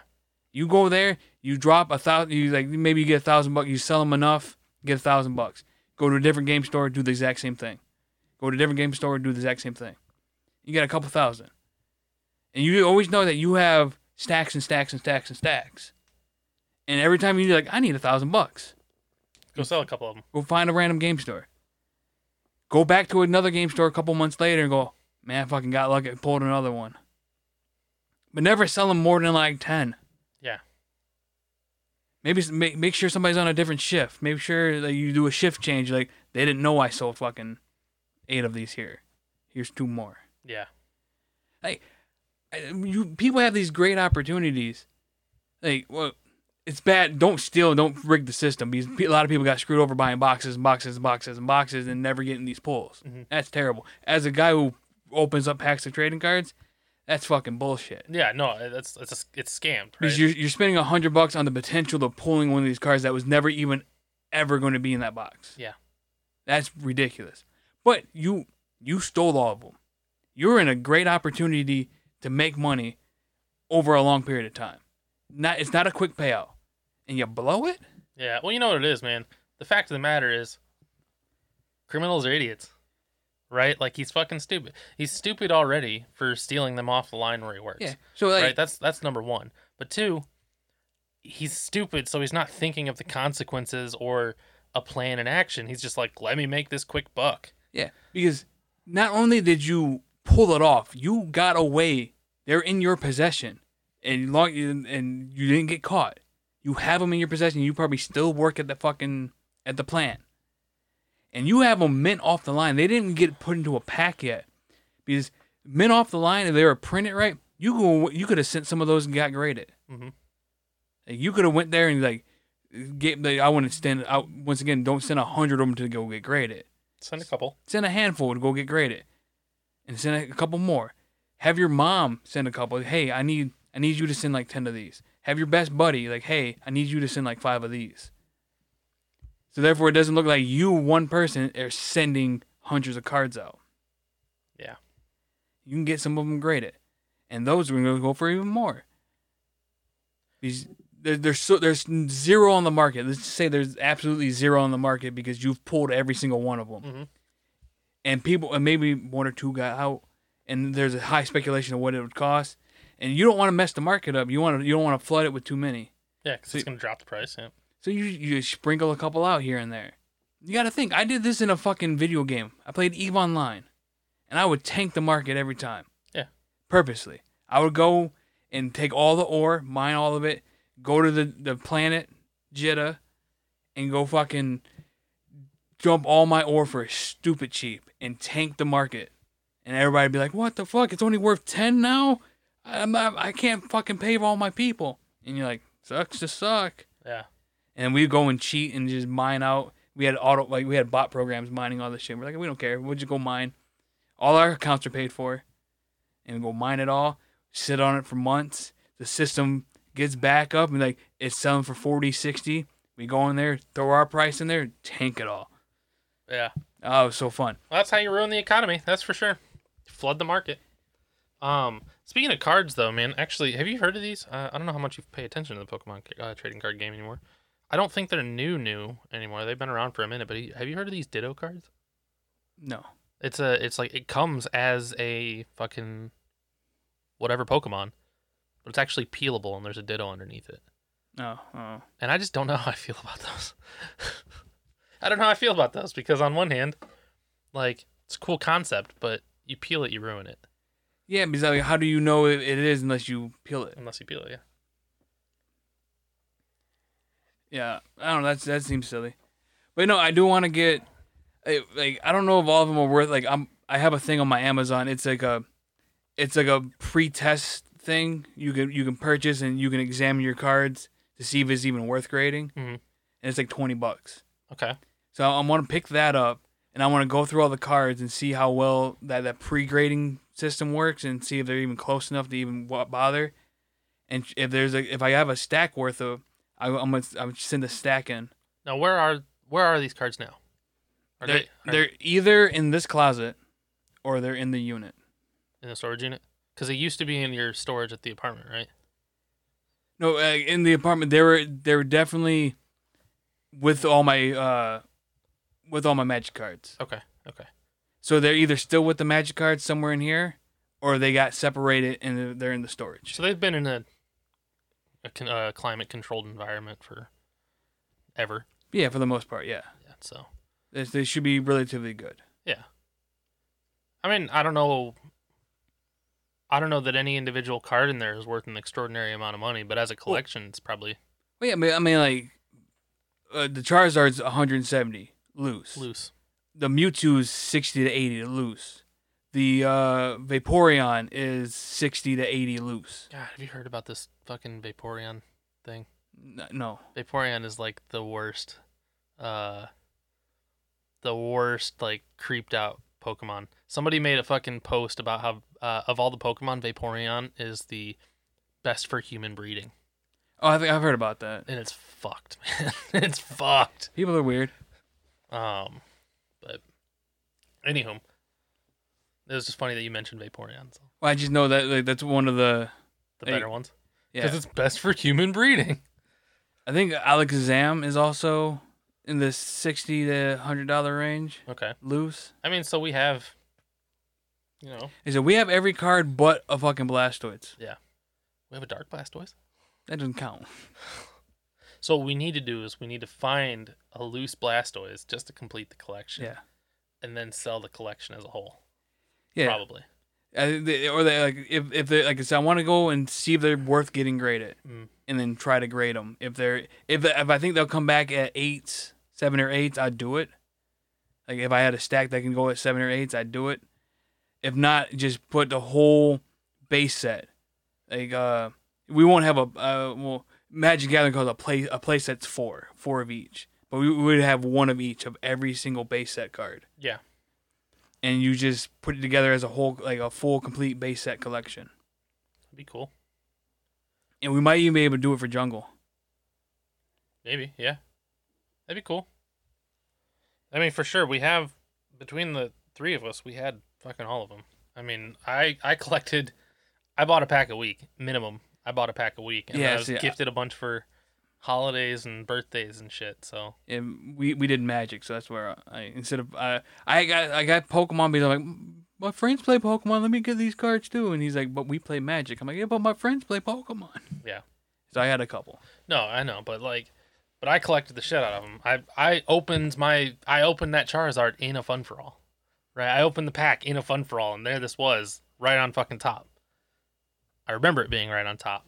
Speaker 1: You go there, you drop a thousand you like maybe you get a thousand bucks, you sell them enough, get a thousand bucks. Go to a different game store, do the exact same thing. Go to a different game store, do the exact same thing. You get a couple thousand. And you always know that you have stacks and stacks and stacks and stacks. And every time you're like, I need a thousand bucks.
Speaker 2: go sell a couple of them.
Speaker 1: Go find a random game store. Go back to another game store a couple months later and go, man, I fucking got lucky and pulled another one. But never sell them more than like 10.
Speaker 2: Yeah.
Speaker 1: Maybe s- make, make sure somebody's on a different shift. Make sure that you do a shift change. Like, they didn't know I sold fucking eight of these here. Here's two more.
Speaker 2: Yeah,
Speaker 1: I- You People have these great opportunities. Like, well, it's bad. Don't steal. Don't rig the system. Because pe- a lot of people got screwed over buying boxes and boxes and boxes and boxes and never getting these pulls.
Speaker 2: Mhm.
Speaker 1: That's terrible. As a guy who opens up packs of trading cards, that's fucking bullshit.
Speaker 2: yeah. No, uh, that's it's a, it's scammed. Right?
Speaker 1: Because you're, you're spending a hundred bucks on the potential of pulling one of these cards that was never even ever going to be in that box.
Speaker 2: Yeah.
Speaker 1: that's ridiculous. But you you stole all of them. You're in a great opportunity to make money over a long period of time. Not it's not a quick payout, and you blow it.
Speaker 2: Yeah. Well, you know what it is, man. The fact of the matter is, criminals are idiots, right? Like he's fucking stupid. He's stupid already for stealing them off the line where he works.
Speaker 1: Yeah. So like
Speaker 2: right. That's that's number one. But two, he's stupid, so he's not thinking of the consequences or a plan in action. He's just like, let me make this quick buck.
Speaker 1: yeah, because not only did you pull it off, you got away. They're in your possession, and long and you didn't get caught. You have them in your possession. You probably still work at the fucking at the plant, and you have them mint off the line. They didn't get put into a pack yet, because mint off the line, if they were printed right, you go you could have sent some of those and got graded.
Speaker 2: Mhm.
Speaker 1: Like, you could have went there and like, get like I wouldn't stand out once again. Don't send a hundred of them to go get graded
Speaker 2: Send a couple.
Speaker 1: send a handful to go get graded and send a couple more have your mom send a couple hey i need i need you to send like 10 of these have your best buddy like hey i need you to send like five of these so therefore it doesn't look like you one person are sending hundreds of cards out
Speaker 2: Yeah.
Speaker 1: you can get some of them graded and those we're going to go for even more these there, there's so there's zero on the market let's just say there's absolutely zero on the market because you've pulled every single one of them
Speaker 2: Mhm.
Speaker 1: and people and maybe one or two got out and there's a high speculation of what it would cost and you don't want to mess the market up you want to you don't want to flood it with too many
Speaker 2: Yeah, because
Speaker 1: See-
Speaker 2: it's gonna drop the price. Yeah.
Speaker 1: so you you sprinkle a couple out here and there. You got to think. I did this in a fucking video game. I played Eve Online, and I would tank the market every time.
Speaker 2: Yeah.
Speaker 1: Purposely, I would go and take all the ore, mine all of it, go to the the planet Jitta, and go fucking dump all my ore for stupid cheap and tank the market. And everybody'd be like, "What the fuck? It's only worth ten now. I'm not, I can't fucking pay all my people." And you're like, "Sucks to suck."
Speaker 2: Yeah.
Speaker 1: and we go and cheat and just mine out. We had auto like we had bot programs mining all this shit. We're like, we don't care. We'll just go mine. All our accounts are paid for, and we go mine it all. Sit on it for months. The system gets back up and like it's selling for 40, 60. We go in there, throw our price in there, tank it all.
Speaker 2: Yeah.
Speaker 1: Oh, it was so fun.
Speaker 2: Well, that's how you ruin the economy. That's for sure. Flood the market. Um, speaking of cards, though, man, actually, have you heard of these? Uh, I don't know how much you pay attention to the Pokemon uh, trading card game anymore. I don't think they're new, new anymore. They've been around for a minute, but have you heard of these Ditto cards?
Speaker 1: No,
Speaker 2: It's a, it's like it comes as a fucking whatever Pokemon, but it's actually peelable and there's a Ditto underneath it.
Speaker 1: Oh, oh.
Speaker 2: And I just don't know how I feel about those. <laughs> I don't know how I feel about those because on one hand, like it's a cool concept, but you peel it, you ruin it.
Speaker 1: Yeah, because like, how do you know it, it is unless you peel it?
Speaker 2: Unless you peel it, yeah.
Speaker 1: Yeah, I don't know. That's that seems silly, but no, I do want to get. eh, Like I don't know if all of them are worth. Like I'm, I have a thing on my Amazon. It's like a, it's like a pre-test thing. You can you can purchase and you can examine your cards to see if it's even worth grading.
Speaker 2: Mhm.
Speaker 1: And it's like twenty bucks.
Speaker 2: Okay.
Speaker 1: So I want to pick that up and I want to go through all the cards and see how well that, that pre grading system works and see if they're even close enough to even wa- bother. And if there's a if I have a stack worth of, I, I'm gonna I'm gonna send a stack in.
Speaker 2: Now where are where are these cards now? Are
Speaker 1: They're,
Speaker 2: they are
Speaker 1: they're either in this closet, or they're in the unit.
Speaker 2: in the storage unit? Because they used to be in your storage at the apartment, right?
Speaker 1: No, uh, in the apartment they were they were definitely with all my uh with all my magic cards.
Speaker 2: Okay. Okay.
Speaker 1: So they're either still with the magic cards somewhere in here, or they got separated and they're in the storage.
Speaker 2: So they've been in a a, con- a climate controlled environment for ever.
Speaker 1: Yeah, for the most part, yeah.
Speaker 2: Yeah, so
Speaker 1: They, they should be relatively good.
Speaker 2: I mean, I don't know. I don't know that any individual card in there is worth an extraordinary amount of money, but as a collection, it's probably
Speaker 1: Well, yeah, I mean, I mean like, uh, the Charizard's 170 loose.
Speaker 2: loose.
Speaker 1: The Mewtwo's 60 to 80 loose. The uh, Vaporeon is 60 to 80 loose.
Speaker 2: God, have you heard about this fucking Vaporeon thing?
Speaker 1: N- No.
Speaker 2: Vaporeon is like the worst, uh, the worst like creeped out Pokemon. Somebody made a fucking post about how uh, of all the Pokemon, Vaporeon is the best for human breeding,
Speaker 1: Oh, I think I've heard about that.
Speaker 2: and it's fucked, <laughs> man. it's fucked.
Speaker 1: People are weird.
Speaker 2: Um, but anywho, it was just funny that you mentioned Vaporeon, so
Speaker 1: Well, I just know that like that's one of the.
Speaker 2: the
Speaker 1: Hey,
Speaker 2: better ones
Speaker 1: Yeah.
Speaker 2: because it's best for human breeding.
Speaker 1: I think Alakazam is also in the 60 to $100 range
Speaker 2: Okay,
Speaker 1: loose.
Speaker 2: I mean, so we have, you know,
Speaker 1: He said, We have every card but a fucking Blastoise.
Speaker 2: we have a Dark Blastoise.
Speaker 1: That doesn't count.
Speaker 2: So what we need to do is we need to find a loose Blastoise just to complete the collection.
Speaker 1: Yeah.
Speaker 2: And then sell the collection as a whole.
Speaker 1: Yeah.
Speaker 2: Probably.
Speaker 1: I- they- or they like if if they like I said, I want to go and see if they're worth getting graded,
Speaker 2: Mm.
Speaker 1: and then try to grade them. If they're if if I think they'll come back at eights, seven or eights, I'd do it. Like if I had a stack that can go at seven or eights, I'd do it. If not, just put the whole base set. Like uh, we won't have a uh, well Magic Gathering calls a play a play set's four, four of each, but we we would have one of each of every single base set card
Speaker 2: Yeah.
Speaker 1: and you just put it together as a whole, like a full, complete base set collection.
Speaker 2: That'd be cool.
Speaker 1: And we might even be able to do it for Jungle.
Speaker 2: Maybe. Yeah. That'd be cool. I mean, for sure, we have between the three of us, we had fucking all of them. I mean, I I collected, I bought a pack a week minimum. I bought a pack a week, and
Speaker 1: Yeah,
Speaker 2: I was
Speaker 1: see, I-
Speaker 2: gifted a bunch for holidays and birthdays and shit. So
Speaker 1: And we, we did Magic, so that's where I instead of I I got I got Pokemon because I'm like my friends play Pokemon. Let me get these cards too. And he's like, but we play Magic. I'm like, yeah, but my friends play Pokemon.
Speaker 2: Yeah.
Speaker 1: So I had a couple.
Speaker 2: No, I know, but like, but I collected the shit out of them. I I opened my I opened that Charizard in a fun for all, right? I opened the pack in a fun for all, and there this was right on fucking top. I remember it being right on top,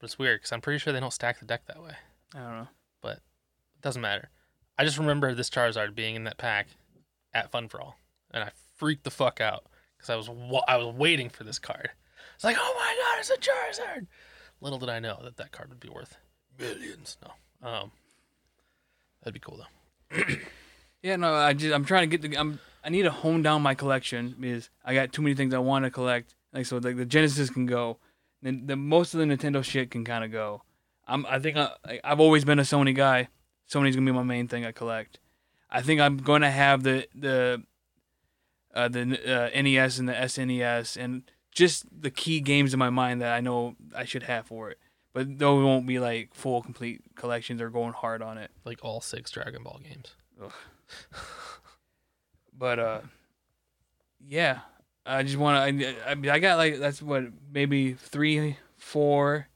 Speaker 2: but it's weird because I'm pretty sure they don't stack the deck that way.
Speaker 1: I don't know.
Speaker 2: It doesn't matter. I just remember this Charizard being in that pack at fun for all, and I freaked the fuck out because I was wa- I was waiting for this card. It's like, oh my god, it's a Charizard. Little did I know that that card would be worth millions. No, um, that'd be cool though.
Speaker 1: Yeah, no, I just I'm trying to get the I'm I need to hone down my collection because I got too many things I want to collect. Like so, like the Genesis can go, then the most of the Nintendo shit can kind of go. I'm I think I I- I've always been a Sony guy. Sony's gonna be my main thing I collect. I think I'm gonna have the the uh, the uh, NES and the SNES and just the key games in my mind that I know I should have for it. But those won't be like full complete collections or going hard on it.
Speaker 2: Like all six Dragon Ball games.
Speaker 1: But uh, yeah, I just want to. I, I mean, I got like that's what maybe three, four,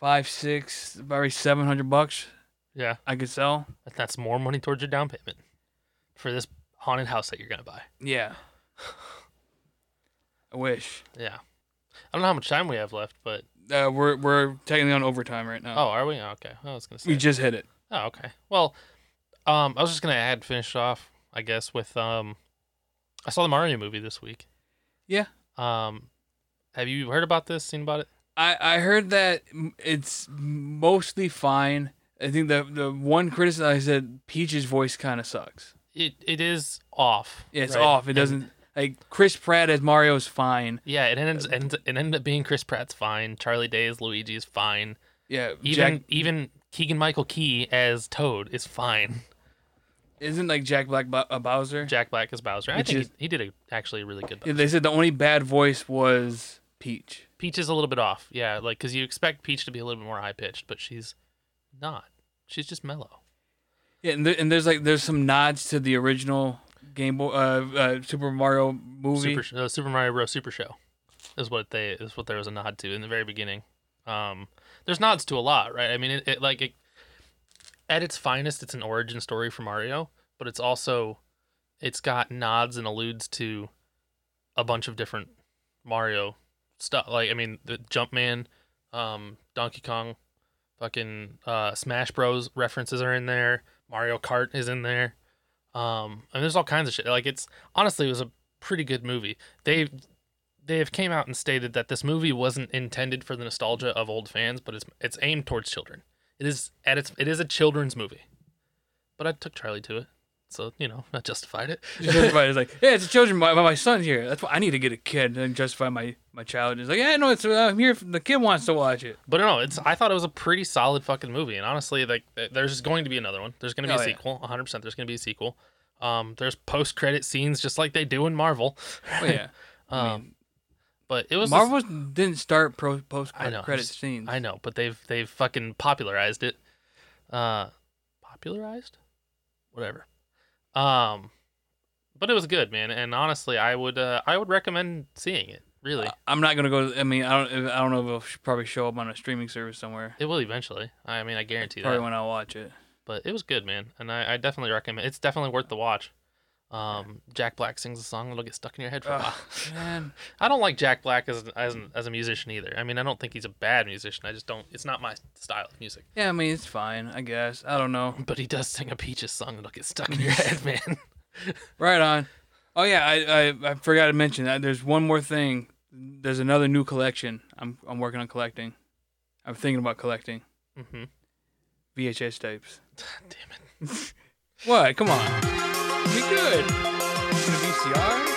Speaker 1: five, six, probably seven hundred bucks
Speaker 2: Yeah,
Speaker 1: I could sell.
Speaker 2: that- that's more money towards your down payment for this haunted house that you're gonna buy.
Speaker 1: Yeah. I wish.
Speaker 2: Yeah, I don't know how much time we have left, but
Speaker 1: Uh, we're we're technically on overtime right now.
Speaker 2: oh, are we? Oh, okay, I was gonna say.
Speaker 1: we just hit it.
Speaker 2: Oh, okay. Well, um, I was just gonna add finish off, I guess, with um, I saw the Mario movie this week.
Speaker 1: Yeah.
Speaker 2: Um, have you heard about this? Seen about it?
Speaker 1: I, I heard that m- it's mostly fine. I think the the one criticism I said Peach's voice kind of sucks.
Speaker 2: It it is off.
Speaker 1: Yeah, it's
Speaker 2: right?
Speaker 1: off. It
Speaker 2: And-
Speaker 1: doesn't like Chris Pratt as Mario is fine.
Speaker 2: yeah, it ends, ends it ended up being Chris Pratt's fine. Charlie Day as Luigi is fine.
Speaker 1: Yeah,
Speaker 2: Even
Speaker 1: Jack
Speaker 2: even Keegan Michael Key as Toad is fine. <laughs>
Speaker 1: isn't like Jack Black Bo- uh, Bowser.
Speaker 2: Jack Black as Bowser. I
Speaker 1: Which
Speaker 2: think
Speaker 1: is-
Speaker 2: he, he did a, actually a really good.
Speaker 1: Yeah, they said the only bad voice was Peach.
Speaker 2: Peach is a little bit off. Yeah, like because you expect Peach to be a little bit more high pitched, but she's not. She's just mellow.
Speaker 1: Yeah, and, there, and there's like there's some nods to the original Game Boy, uh, uh, Super Mario movie. <laughs>
Speaker 2: Super, Sh- uh, Super Mario Bros. Super Show is what they is what there was a nod to in the very beginning. Um, there's nods to a lot, right? I mean, it, it like it, at its finest, it's an origin story for Mario, but it's also it's got nods and alludes to a bunch of different Mario stuff. Like, I mean, the Jumpman, um, Donkey Kong, fucking uh, Smash Bros. references are in there. Mario Kart is in there. Um, and there's all kinds of shit. Like, it's honestly, it was a pretty good movie. They they have came out and stated that this movie wasn't intended for the nostalgia of old fans, but it's it's aimed towards children. It is at its it is a children's movie. But I took Charlie to it, so you know I justified it.
Speaker 1: Everybody's like, yeah, it's a children. My, my son's here. That's why I need to get a kid and justify my my child. It's like, yeah, no, it's I'm here. If the kid wants to watch it.
Speaker 2: But no, it's I thought it was a pretty solid fucking movie, and honestly, like th- there's going to be another one. There's going to be
Speaker 1: Oh,
Speaker 2: a
Speaker 1: yeah.
Speaker 2: sequel, 100. percent There's going to be a sequel. Um, there's post credit scenes just like they do in Marvel.
Speaker 1: Oh
Speaker 2: <laughs>
Speaker 1: yeah,
Speaker 2: Um, but it was just-
Speaker 1: Marvel didn't start pro, post
Speaker 2: I know, I'm
Speaker 1: credit
Speaker 2: just-
Speaker 1: scenes.
Speaker 2: I know, but they've they've fucking popularized it. Uh, popularized, whatever. Um, but it was good, man. And honestly, I would uh, I would recommend seeing it. Really,
Speaker 1: I'm not gonna go. I mean, I don't. I don't know if it'll sh- probably show up on a streaming service somewhere.
Speaker 2: it will eventually. I mean, I guarantee that.
Speaker 1: Probably when I watch it.
Speaker 2: but it was good, man, and I, I definitely recommend. It's definitely worth the watch. Um, Jack Black sings a song that'll get stuck in your head for a
Speaker 1: Ugh,
Speaker 2: while.
Speaker 1: man,
Speaker 2: <laughs> I don't like Jack Black as an- as an, as a musician either. I mean, I don't think he's a bad musician. I just don't. It's not my style of music.
Speaker 1: yeah, I mean it's fine, I guess. I don't know.
Speaker 2: But he does sing a Peaches song that'll get stuck in your head, man. <laughs>
Speaker 1: Right on. Oh yeah, I I, I forgot to mention that. There's one more thing. There's another new collection. I'm I'm working on collecting. I'm thinking about collecting
Speaker 2: mm-hmm.
Speaker 1: VHS tapes.
Speaker 2: Damn it.
Speaker 1: What? Come on. Be good. It's gonna be VCR.